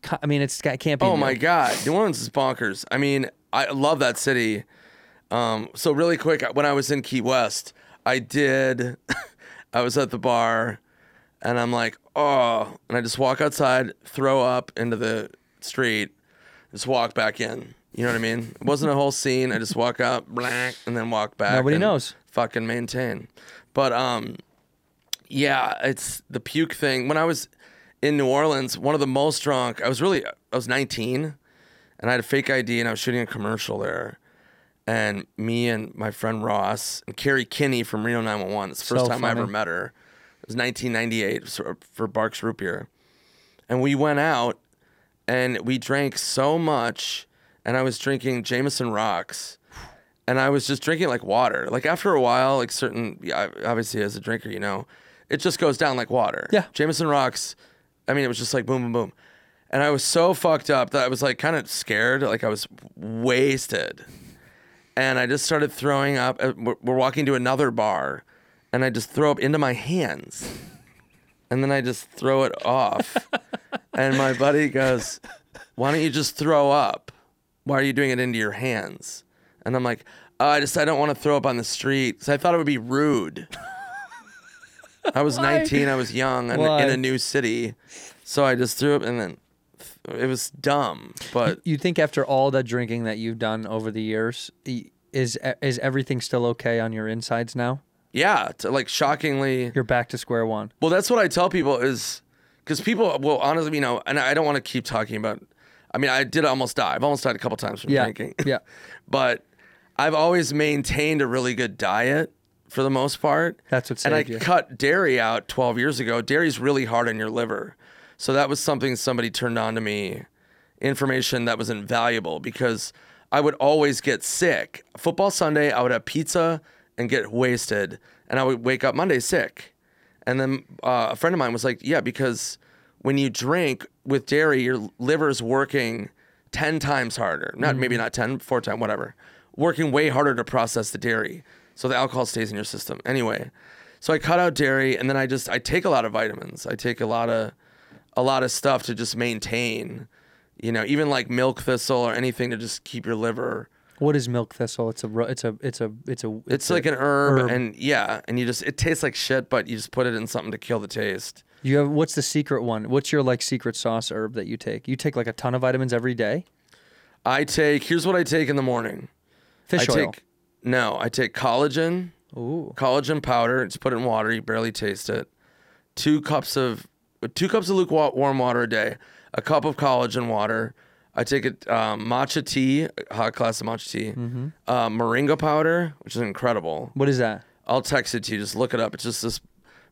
[SPEAKER 1] Co- I mean, it's it can't be.
[SPEAKER 8] Oh
[SPEAKER 1] new.
[SPEAKER 8] my God, New Orleans is bonkers. I mean, I love that city. Um, so really quick, when I was in Key West, I did. I was at the bar, and I'm like, oh, and I just walk outside, throw up into the street, just walk back in. You know what I mean? It wasn't a whole scene. I just walk up, blank, and then walk back.
[SPEAKER 1] Nobody
[SPEAKER 8] and
[SPEAKER 1] knows.
[SPEAKER 8] Fucking maintain, but um, yeah, it's the puke thing. When I was in New Orleans, one of the most drunk, I was really, I was 19 and I had a fake ID and I was shooting a commercial there. And me and my friend Ross and Carrie Kinney from Reno 911, it's the first
[SPEAKER 1] So
[SPEAKER 8] time I
[SPEAKER 1] funny.
[SPEAKER 8] ever met her. It was 1998 for- for Barks Root Beer. And we went out and we drank so much. And I was drinking Jameson Rocks and I was just drinking like water. Like after a while, like certain, yeah, I- obviously as a drinker, you know, it just goes down like water.
[SPEAKER 1] Yeah.
[SPEAKER 8] Jameson rocks. I mean, it was just like boom, boom, boom. And I was so fucked up that I was like kind of scared. Like I was wasted. And I just started throwing up. Uh, We're we're walking to another bar and I just throw up into my hands. And then I just throw it off. and my buddy goes, Why don't you just throw up? why are you doing it into your hands? And I'm like, uh, I just I don't want to throw up on the street. So I thought it would be rude. I was 19, I was young, and
[SPEAKER 1] Why?
[SPEAKER 8] in a new city, so I just threw up, and then it was dumb. But
[SPEAKER 1] You think after all the drinking that you've done over the years, i- is is everything still okay on your insides now?
[SPEAKER 8] yeah, to, like shockingly,
[SPEAKER 1] You're back to square one.
[SPEAKER 8] Well, that's what I tell people is because people will honestly, you know, and I don't want to keep talking about. I mean, I did almost die. I've almost died a couple times from
[SPEAKER 1] Yeah,
[SPEAKER 8] drinking.
[SPEAKER 1] yeah.
[SPEAKER 8] but I've always maintained a really good diet for the most part.
[SPEAKER 1] That's what
[SPEAKER 8] And I
[SPEAKER 1] saved you.
[SPEAKER 8] cut dairy out 12 years ago. Dairy's really hard on your liver, so that was something somebody turned on to me. Information that was invaluable because I would always get sick. Football Sunday, I would have pizza and get wasted, and I would wake up Monday sick. And then uh, a friend of mine was like, "Yeah, because when you drink with dairy, your liver's working ten times harder. Not maybe not ten, four time, whatever. Working way harder to process the dairy, so the alcohol stays in your system anyway. So I cut out dairy, and then I just I take a lot of vitamins. I take a lot of a lot of stuff to just maintain, you know, even like milk thistle or anything to just keep your liver.
[SPEAKER 1] What is milk thistle? It's a ru- it's a it's a it's a
[SPEAKER 8] It's,
[SPEAKER 1] a
[SPEAKER 8] like an herb,
[SPEAKER 1] herb.
[SPEAKER 8] and yeah, and you just it tastes like shit, but you just put it in something to kill the taste.
[SPEAKER 1] You have what's the secret one? What's your like secret sauce herb that you take? You take like a ton of vitamins every day.
[SPEAKER 8] I take here's what I take in the morning.
[SPEAKER 1] Fish
[SPEAKER 8] I
[SPEAKER 1] oil.
[SPEAKER 8] take no, I take collagen. Collagen powder. Just put it in water. You barely taste it. Two cups of two cups of lukewarm water a day. A cup of collagen water. I take a um, matcha tea, a hot class of matcha tea,
[SPEAKER 1] Mm-hmm.
[SPEAKER 8] uh, moringa powder, which is incredible.
[SPEAKER 1] What is that?
[SPEAKER 8] I'll text it to you. Just look it up. It's just this.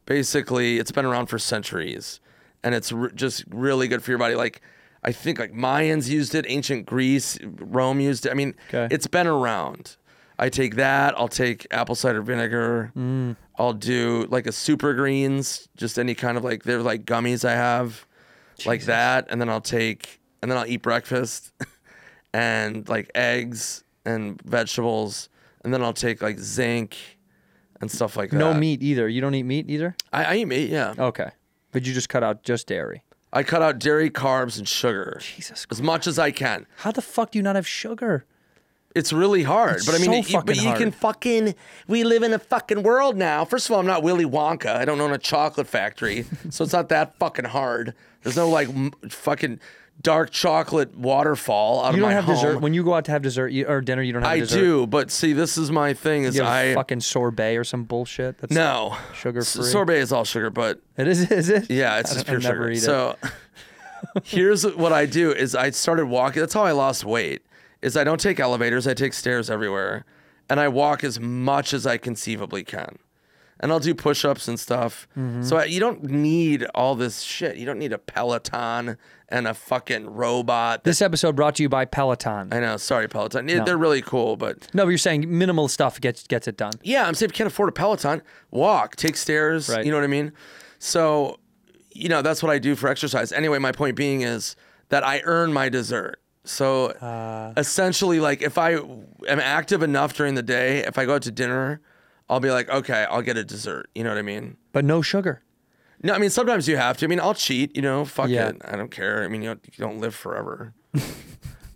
[SPEAKER 8] Basically, it's been around for centuries, and it's re- just really good for your body. Like, I think like Mayans used it, ancient Greece, Rome used it. I mean,
[SPEAKER 1] Okay.
[SPEAKER 8] it's been around. I take that. I'll take apple cider vinegar. I'll do like a super greens, just any kind of like they're like gummies I have, like that, and then I'll take and then I'll eat breakfast, and like eggs and vegetables, and then I'll take like zinc and stuff like that.
[SPEAKER 1] No meat either. You don't eat meat either.
[SPEAKER 8] I, I eat meat, yeah.
[SPEAKER 1] Okay, but you just cut out just dairy.
[SPEAKER 8] I cut out dairy, carbs, and sugar.
[SPEAKER 1] Jesus
[SPEAKER 8] As much as I can.
[SPEAKER 1] How the fuck do you not have sugar?
[SPEAKER 8] It's really hard,
[SPEAKER 1] It's
[SPEAKER 8] but I mean,
[SPEAKER 1] so
[SPEAKER 8] you-
[SPEAKER 1] fucking
[SPEAKER 8] but you
[SPEAKER 1] hard.
[SPEAKER 8] can fucking. We live in a fucking world now. First of all, I'm not Willy Wonka. I don't own a chocolate factory, so it's not that fucking hard. There's no like m- fucking dark chocolate waterfall out
[SPEAKER 1] You
[SPEAKER 8] of
[SPEAKER 1] don't
[SPEAKER 8] my
[SPEAKER 1] have
[SPEAKER 8] home.
[SPEAKER 1] dessert when you go out to have dessert you, or dinner. You don't have
[SPEAKER 8] I
[SPEAKER 1] dessert.
[SPEAKER 8] do, but see, this is my thing. Is
[SPEAKER 1] You have
[SPEAKER 8] I
[SPEAKER 1] fucking sorbet or some bullshit. That's
[SPEAKER 8] no S-
[SPEAKER 1] Sugar-free.
[SPEAKER 8] sorbet is all sugar, but
[SPEAKER 1] It is. Is it?
[SPEAKER 8] yeah, it's
[SPEAKER 1] I
[SPEAKER 8] just
[SPEAKER 1] don't-
[SPEAKER 8] pure
[SPEAKER 1] I never
[SPEAKER 8] sugar.
[SPEAKER 1] eat it.
[SPEAKER 8] So here's what I do: is I started walking. That's how I lost weight. Is I don't take elevators. I take stairs everywhere, and I walk as much as I conceivably can. And I'll do push-ups and stuff.
[SPEAKER 1] Mm-hmm.
[SPEAKER 8] So I, you don't need all this shit. You don't need a Peloton and a fucking robot.
[SPEAKER 1] this episode brought to you by Peloton.
[SPEAKER 8] I know. Sorry, Peloton. Yeah, They're really cool, but
[SPEAKER 1] no, but you're saying minimal stuff gets gets it done.
[SPEAKER 8] yeah, I'm saying if you can't afford a Peloton, walk, take stairs.
[SPEAKER 1] Right.
[SPEAKER 8] You know what I mean? So, you know, that's what I do for exercise. Anyway, my point being is that I earn my dessert. So essentially, like if I am active enough during the day, if I go out to dinner, I'll be like, okay, I'll get a dessert. You know what I mean?
[SPEAKER 1] But no sugar.
[SPEAKER 8] No, I mean sometimes you have to. I mean, I'll cheat. You know, fuck
[SPEAKER 1] Yeah.
[SPEAKER 8] it. I don't care. I mean, you don't, you don't live forever.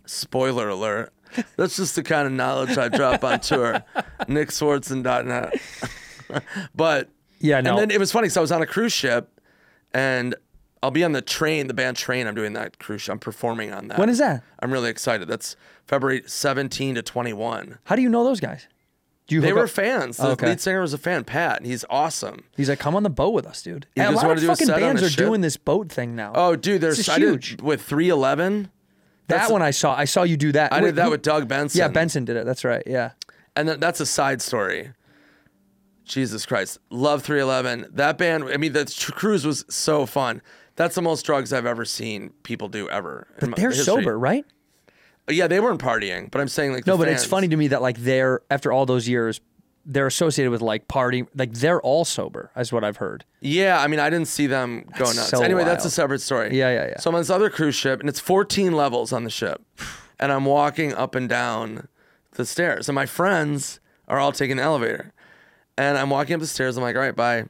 [SPEAKER 8] Spoiler alert. That's just the kind of knowledge I drop on tour. NickSwartzen.net. but
[SPEAKER 1] Yeah, no.
[SPEAKER 8] and then it was funny because I was on a cruise ship, and I'll be on the train, the band train. I'm doing that cruise. ship. I'm performing on that.
[SPEAKER 1] When is that?
[SPEAKER 8] I'm really excited. That's February 17 to 21.
[SPEAKER 1] How do you know those guys? Do you?
[SPEAKER 8] They
[SPEAKER 1] hook
[SPEAKER 8] were
[SPEAKER 1] up-
[SPEAKER 8] fans. The
[SPEAKER 1] Okay.
[SPEAKER 8] lead singer was a fan, Pat. He's awesome.
[SPEAKER 1] He's like, come on the boat with us, dude.
[SPEAKER 8] You
[SPEAKER 1] And a
[SPEAKER 8] just
[SPEAKER 1] lot
[SPEAKER 8] wanna
[SPEAKER 1] of
[SPEAKER 8] do a
[SPEAKER 1] fucking
[SPEAKER 8] set on
[SPEAKER 1] bands
[SPEAKER 8] a
[SPEAKER 1] are
[SPEAKER 8] ship?
[SPEAKER 1] doing this boat thing now.
[SPEAKER 8] Oh, dude,
[SPEAKER 1] This
[SPEAKER 8] there's
[SPEAKER 1] is
[SPEAKER 8] I did
[SPEAKER 1] huge.
[SPEAKER 8] with 311.
[SPEAKER 1] that
[SPEAKER 8] that's-
[SPEAKER 1] one I saw. I saw you do that.
[SPEAKER 8] I
[SPEAKER 1] Wait,
[SPEAKER 8] did that
[SPEAKER 1] who-
[SPEAKER 8] with Doug Benson.
[SPEAKER 1] Yeah, Benson did it. That's right. Yeah.
[SPEAKER 8] And th- that's a side story. Jesus Christ. Love 311. That band, I mean, the tr- cruise was so fun. That's the most drugs I've ever seen people do ever. in my
[SPEAKER 1] They're
[SPEAKER 8] history.
[SPEAKER 1] sober, right?
[SPEAKER 8] Yeah, they weren't partying, but I'm saying like the
[SPEAKER 1] No, but it's
[SPEAKER 8] fans-
[SPEAKER 1] funny to me that like they're after all those years, they're associated with like party. Like they're all sober, is what I've heard.
[SPEAKER 8] Yeah, I mean, I didn't see them go nuts.
[SPEAKER 1] so
[SPEAKER 8] anyway, that's a
[SPEAKER 1] wild.
[SPEAKER 8] separate story.
[SPEAKER 1] Yeah, yeah, yeah.
[SPEAKER 8] So I'm on this other cruise ship, and it's 14 levels on the ship, and I'm walking up and down the stairs, and my friends are all taking the elevator, and I'm walking up the stairs. I'm like, all right, bye,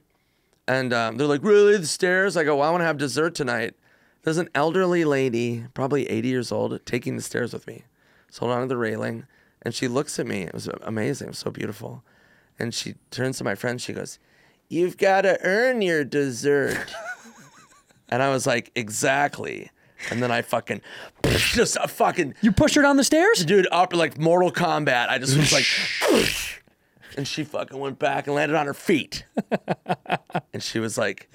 [SPEAKER 8] and um, they're like, really, the stairs? I go, well, I want to have dessert tonight. There's an elderly lady, probably 80 years old, taking the stairs with me. So hold on to the railing, and she looks at me. It was amazing. It was so beautiful, and she turns to my friend. She goes. You've got to earn your dessert. And I was like, exactly. And then I fucking just a fucking
[SPEAKER 1] You pushed her down the stairs.
[SPEAKER 8] dude up like Mortal Kombat. I just was like, and she fucking went back and landed on her feet. And she was like,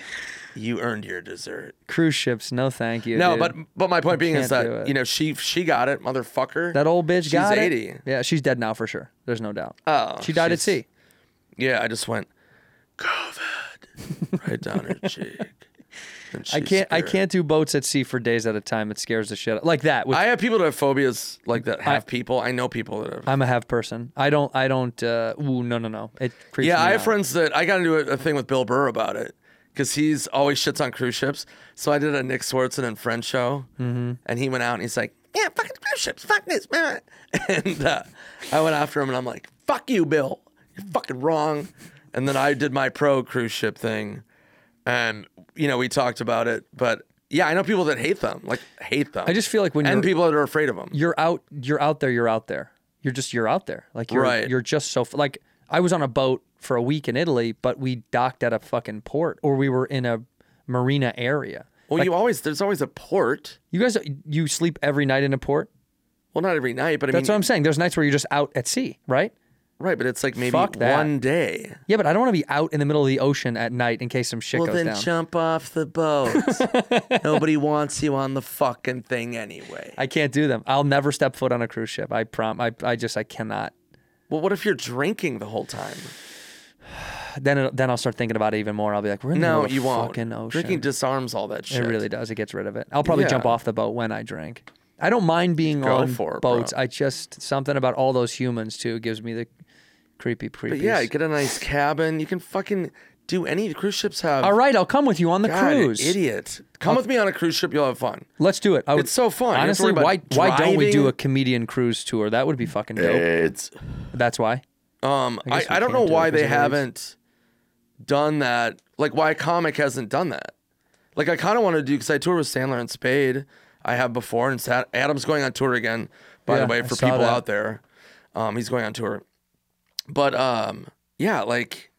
[SPEAKER 8] "You earned your dessert."
[SPEAKER 1] Cruise ships, no thank you.
[SPEAKER 8] No,
[SPEAKER 1] dude.
[SPEAKER 8] but but my point being is
[SPEAKER 1] can't do
[SPEAKER 8] that
[SPEAKER 1] it.
[SPEAKER 8] you know she she got it, motherfucker.
[SPEAKER 1] that old bitch
[SPEAKER 8] She's
[SPEAKER 1] got it.
[SPEAKER 8] 80.
[SPEAKER 1] Yeah, she's dead now for sure. There's no doubt.
[SPEAKER 8] Oh,
[SPEAKER 1] she died at
[SPEAKER 8] she's-
[SPEAKER 1] sea.
[SPEAKER 8] Yeah, I just went COVID right down her cheek. And
[SPEAKER 1] I
[SPEAKER 8] she's
[SPEAKER 1] can't. I
[SPEAKER 8] scared.
[SPEAKER 1] can't do boats at sea for days at a time. It scares the shit out. like that. With
[SPEAKER 8] I have people that have phobias like that. Have people. I know people that have.
[SPEAKER 1] I'm a have person. I don't. I don't. Uh, ooh, no, no, no. It creeps
[SPEAKER 8] Yeah,
[SPEAKER 1] me
[SPEAKER 8] I have
[SPEAKER 1] out.
[SPEAKER 8] friends that I got into a, a thing with Bill Burr about it because he's always shits on cruise ships. So I did a Nick Swartzen and Friend show,
[SPEAKER 1] Mm-hmm.
[SPEAKER 8] and he went out and he's like, "Yeah, fucking cruise ships, fuck this." man." And uh, I went after him and I'm like, "Fuck you, Bill, you're fucking wrong." And then I did my pro cruise ship thing, and you know we talked about it, but yeah, I know people that hate them, like hate them.
[SPEAKER 1] I just feel like when
[SPEAKER 8] and
[SPEAKER 1] you're-
[SPEAKER 8] people that are afraid of them.
[SPEAKER 1] You're out. You're out there. You're out there. You're just. You're out there. Like you're.
[SPEAKER 8] Right.
[SPEAKER 1] You're just so. f- Like I was on a boat for a week in Italy, but we docked at a fucking port, or we were in a marina area.
[SPEAKER 8] well, you always there's always a port.
[SPEAKER 1] You guys, you sleep every night in a port.
[SPEAKER 8] Well, not every night, but I
[SPEAKER 1] That's
[SPEAKER 8] mean,
[SPEAKER 1] what I'm saying. There's nights where you're just out at sea, right?
[SPEAKER 8] right? But it's like maybe
[SPEAKER 1] Fuck that.
[SPEAKER 8] one day.
[SPEAKER 1] Yeah, but I don't want to be out in the middle of the ocean at night in case some shit
[SPEAKER 8] Well,
[SPEAKER 1] goes
[SPEAKER 8] then
[SPEAKER 1] down.
[SPEAKER 8] jump off the boat. Nobody wants you on the fucking thing anyway.
[SPEAKER 1] I can't do them. I'll never step foot on a cruise ship. I prom. I, I just. I cannot.
[SPEAKER 8] Well, what if you're drinking the whole time?
[SPEAKER 1] Then. It, then I'll start thinking about it even more. I'll be like, we're in the middle
[SPEAKER 8] No,
[SPEAKER 1] of
[SPEAKER 8] you won't.
[SPEAKER 1] fucking ocean.
[SPEAKER 8] Drinking disarms all that
[SPEAKER 1] It
[SPEAKER 8] shit.
[SPEAKER 1] really does. It gets rid of it. I'll probably jump
[SPEAKER 8] Yeah.
[SPEAKER 1] off the boat when I drink. I don't mind being
[SPEAKER 8] Go
[SPEAKER 1] on
[SPEAKER 8] for it, bro.
[SPEAKER 1] boats. I just something about all those humans too gives me the creepy creepy.
[SPEAKER 8] But yeah, you get a nice cabin. You can fucking do any. The cruise ships have.
[SPEAKER 1] all right, I'll come with you on the
[SPEAKER 8] God,
[SPEAKER 1] cruise.
[SPEAKER 8] idiot. Come with me on a cruise ship. You'll have fun.
[SPEAKER 1] Let's do it. I would,
[SPEAKER 8] It's so fun. You don't have to
[SPEAKER 1] Honestly,
[SPEAKER 8] worry
[SPEAKER 1] why
[SPEAKER 8] about
[SPEAKER 1] why don't we do
[SPEAKER 8] driving.
[SPEAKER 1] a comedian cruise tour? That would be fucking dope.
[SPEAKER 8] It's.
[SPEAKER 1] That's why.
[SPEAKER 8] Um, I,
[SPEAKER 1] guess we
[SPEAKER 8] I, don't
[SPEAKER 1] can't
[SPEAKER 8] know
[SPEAKER 1] do it
[SPEAKER 8] why
[SPEAKER 1] 'cause
[SPEAKER 8] they
[SPEAKER 1] of our age.
[SPEAKER 8] haven't done that. Like, why a comic hasn't done that. Like, I kind of want to do because I toured with Sandler and Spade. I have before, and Sa- Adam's going on tour again. By
[SPEAKER 1] Yeah,
[SPEAKER 8] the way,
[SPEAKER 1] I
[SPEAKER 8] for
[SPEAKER 1] saw
[SPEAKER 8] people
[SPEAKER 1] that.
[SPEAKER 8] out there, um, he's going on tour. But um, yeah, like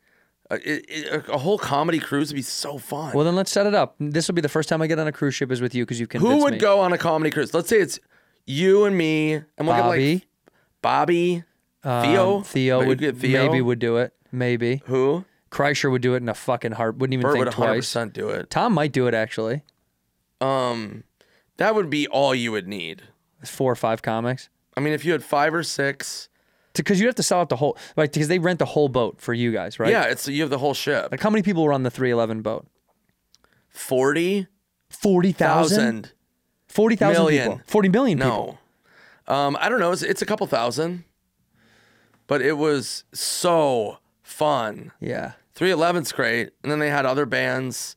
[SPEAKER 8] Uh, it, it, a whole comedy cruise would be so fun.
[SPEAKER 1] Well, then let's set it up. This will be the first time I get on a cruise ship is with you because you convinced
[SPEAKER 8] Who would
[SPEAKER 1] me.
[SPEAKER 8] go on a comedy cruise? Let's say it's you and me, and we'll get
[SPEAKER 1] Bobby,
[SPEAKER 8] like Bobby, Theo.
[SPEAKER 1] um, Theo
[SPEAKER 8] Maybe
[SPEAKER 1] would
[SPEAKER 8] get Theo.
[SPEAKER 1] maybe would do it. Maybe
[SPEAKER 8] Who?
[SPEAKER 1] Kreischer would do it in a fucking heart. Wouldn't even
[SPEAKER 8] Bert
[SPEAKER 1] think
[SPEAKER 8] would 100%
[SPEAKER 1] twice.
[SPEAKER 8] do it.
[SPEAKER 1] Tom might do it actually.
[SPEAKER 8] Um, that would be all you would need.
[SPEAKER 1] Four or five comics.
[SPEAKER 8] I mean, if you had five or six,
[SPEAKER 1] Because you have to sell out the whole, like, because they rent the whole boat for you guys, right?
[SPEAKER 8] yeah, it's you have the whole ship.
[SPEAKER 1] Like, how many people were on the 311 boat?
[SPEAKER 8] Forty
[SPEAKER 1] 40,000?
[SPEAKER 8] thousand.
[SPEAKER 1] 40,000 people.
[SPEAKER 8] Million.
[SPEAKER 1] 40 million people.
[SPEAKER 8] No, um, I don't know. It's, it's a couple thousand, but it was so fun.
[SPEAKER 1] Yeah.
[SPEAKER 8] 311's great, and then they had other bands.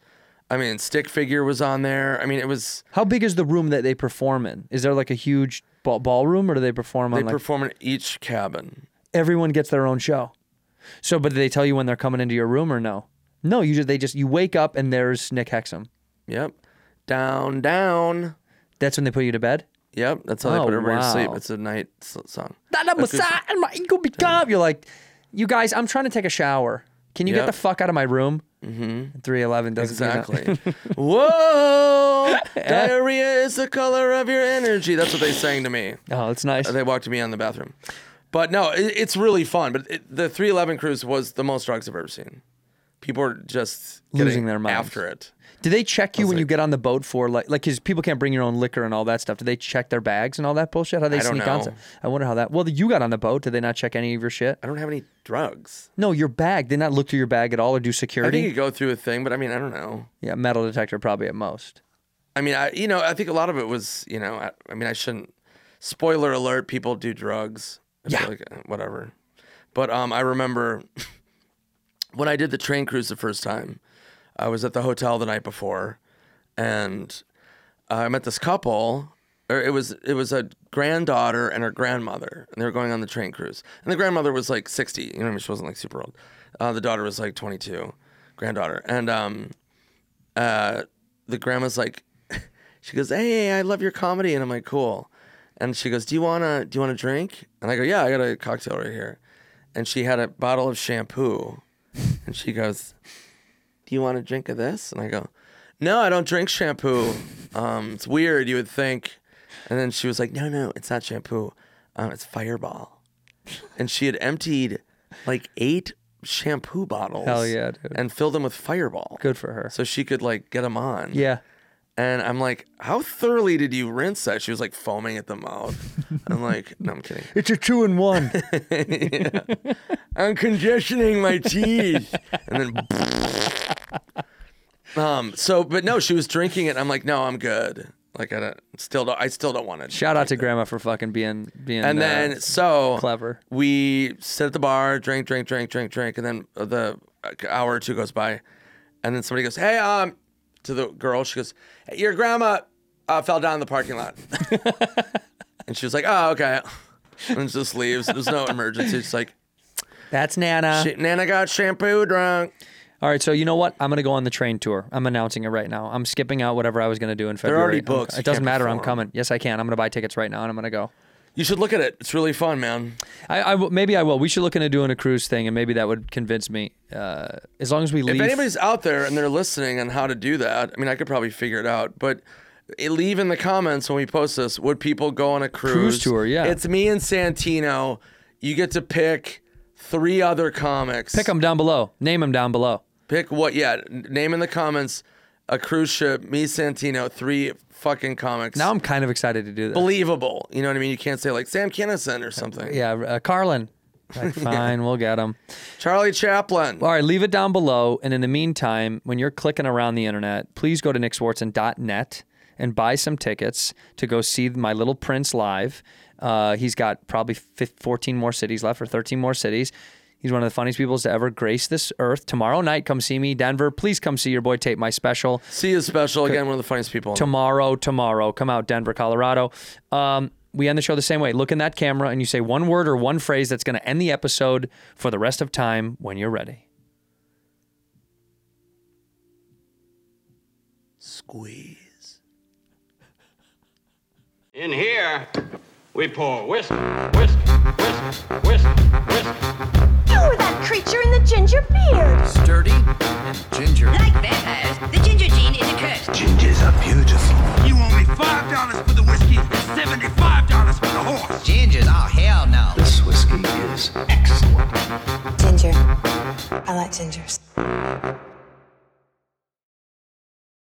[SPEAKER 8] I mean, Stick Figure was on there. I mean, it was
[SPEAKER 1] How big is the room that they perform in? Is there like a huge ball- ballroom or do they perform
[SPEAKER 8] they
[SPEAKER 1] on like
[SPEAKER 8] perform in each cabin.
[SPEAKER 1] everyone gets their own show? So, but do they tell you when they're coming into your room or no? No, you just, they just, you wake up and there's Nick Hexum.
[SPEAKER 8] Yep, down, down.
[SPEAKER 1] That's when they put you to bed?
[SPEAKER 8] Yep, that's how they
[SPEAKER 1] Oh,
[SPEAKER 8] put everybody to sleep.
[SPEAKER 1] wow.
[SPEAKER 8] It's a night s- song.
[SPEAKER 1] That I'm a
[SPEAKER 8] That's good.
[SPEAKER 1] side and my ego be gone. You're like, you guys, I'm trying to take a shower. Can you get
[SPEAKER 8] Yep.
[SPEAKER 1] the fuck out of my room? Mm-hmm. 311 doesn't do that.
[SPEAKER 8] Exactly. Whoa! Diarrhea is the color of your energy. That's what they sang to me.
[SPEAKER 1] Oh, that's nice.
[SPEAKER 8] They walked me in the bathroom. But no, it, it's really fun. But it, the 311 cruise was the most drugs I've ever seen. People are just getting
[SPEAKER 1] Losing their minds.
[SPEAKER 8] after it.
[SPEAKER 1] Do they check you when you get on the boat for like like because people can't bring your own liquor and all that stuff? Do they check their bags and all that bullshit? How they
[SPEAKER 8] I don't
[SPEAKER 1] sneak on?
[SPEAKER 8] know.
[SPEAKER 1] stuff? I wonder how that. Well, you got on the boat. Did they not check any of your shit?
[SPEAKER 8] I don't have any drugs.
[SPEAKER 1] No, your bag. They not look through your bag at all or do
[SPEAKER 8] I think
[SPEAKER 1] security.
[SPEAKER 8] you go through a thing, but I mean, I don't know.
[SPEAKER 1] yeah, metal detector probably at most.
[SPEAKER 8] I mean, I you know, I think a lot of it was you know, I, I mean, I shouldn't. Spoiler alert: people do drugs. I feel
[SPEAKER 1] Yeah.
[SPEAKER 8] like, uh, whatever. But um, I remember when I did the train cruise the first time. I was at the hotel the night before, and I met this couple. Or it was it was a granddaughter and her grandmother, and they were going on the train cruise. And the grandmother was like sixty. You know, what I mean, she wasn't like super old. Uh, the daughter was like twenty two, granddaughter, and um, uh, the grandma's like, she goes, "Hey, I love your comedy," and I'm like, "Cool," and she goes, "Do you wanna do you wanna drink?" And I go, "Yeah, I got a cocktail right here," and she had a bottle of shampoo, and she goes, "Do you want a drink of this?" And I go, "No, I don't drink shampoo. Um, it's weird. You would think." And then she was like, "No, no, it's not shampoo. Um, it's Fireball," and she had emptied like eight shampoo bottles.
[SPEAKER 1] Hell yeah, dude.
[SPEAKER 8] And filled them with Fireball.
[SPEAKER 1] Good for her.
[SPEAKER 8] So she could like get them on.
[SPEAKER 1] Yeah,
[SPEAKER 8] And I'm like, how thoroughly did you rinse that? She was like foaming at the mouth. I'm like, no, I'm kidding.
[SPEAKER 1] it's a two in one.
[SPEAKER 8] I'm congestioning my teeth. And then, um, so, but no, she was drinking it. I'm like, no, I'm good. Like, I don't, still don't, I still don't want to.
[SPEAKER 1] Shout out to Grandma for fucking being being.
[SPEAKER 8] And
[SPEAKER 1] uh,
[SPEAKER 8] then, so
[SPEAKER 1] clever.
[SPEAKER 8] We sit at the bar, drink, drink, drink, drink, drink, and then the hour or two goes by, and then somebody goes, "Hey, um," to the girl. She goes, hey, "Your grandma uh, fell down in the parking lot," and she was like, "Oh, okay," and just leaves. There's no emergency. It's like,
[SPEAKER 1] that's Nana.
[SPEAKER 8] "Shit, Nana got shampoo drunk.
[SPEAKER 1] All right, so you know what? I'm gonna go on the train tour. I'm announcing it right now. I'm skipping out whatever I was gonna do in February.
[SPEAKER 8] already
[SPEAKER 1] I'm-
[SPEAKER 8] booked. You
[SPEAKER 1] It doesn't
[SPEAKER 8] can't
[SPEAKER 1] matter. I'm
[SPEAKER 8] perform.
[SPEAKER 1] coming. Yes, I can. I'm gonna buy tickets right now, and I'm gonna go.
[SPEAKER 8] You should look at it. It's really fun, man.
[SPEAKER 1] I, I w- maybe I will. We should look into doing a cruise thing, and maybe that would convince me. Uh, as long as we leave,
[SPEAKER 8] If anybody's out there and they're listening on how to do that, I mean, I could probably figure it out, but eh, leave in the comments when we post this would people go on a cruise?
[SPEAKER 1] tour, yeah.
[SPEAKER 8] It's me and Santino. You get to pick three other comics.
[SPEAKER 1] pick them down below. Name them down below.
[SPEAKER 8] Pick what? Yeah, n- name in the comments a cruise ship, me, Santino, three fucking comics.
[SPEAKER 1] Now I'm kind of excited to do that.
[SPEAKER 8] believable. You know what I mean? You can't say like Sam Kinison or something.
[SPEAKER 1] yeah, uh, Carlin. Like, fine, we'll get them.
[SPEAKER 8] Charlie Chaplin.
[SPEAKER 1] All right, leave it down below. And in the meantime, when you're clicking around the internet, please go to nickswartzen.net and buy some tickets to go see My Little Prince live. Uh, he's got probably fif 14 more cities left or 13 more cities. He's one of the funniest people to ever grace this earth. Tomorrow night, come see me. Denver, please come see your boy tape my special
[SPEAKER 8] See his special again. One of the funniest people.
[SPEAKER 1] tomorrow, tomorrow. Come out, Denver, Colorado. Um, we end the show the same way. Look in that camera and you say one word or one phrase that's going to end the episode for the rest of time when you're ready.
[SPEAKER 8] Squeeze.
[SPEAKER 2] In here, we pour whisk, whisk, whisk, whisk, whisk.
[SPEAKER 3] You were that creature in the ginger beard.
[SPEAKER 4] Sturdy. Ginger.
[SPEAKER 5] Like vampires, the ginger gene is a curse.
[SPEAKER 4] Gingers are beautiful.
[SPEAKER 6] You owe me five dollars for the whiskey and seventy-five dollars for the horse.
[SPEAKER 5] Gingers? Oh, hell no.
[SPEAKER 4] This whiskey is excellent.
[SPEAKER 7] Ginger. I like gingers.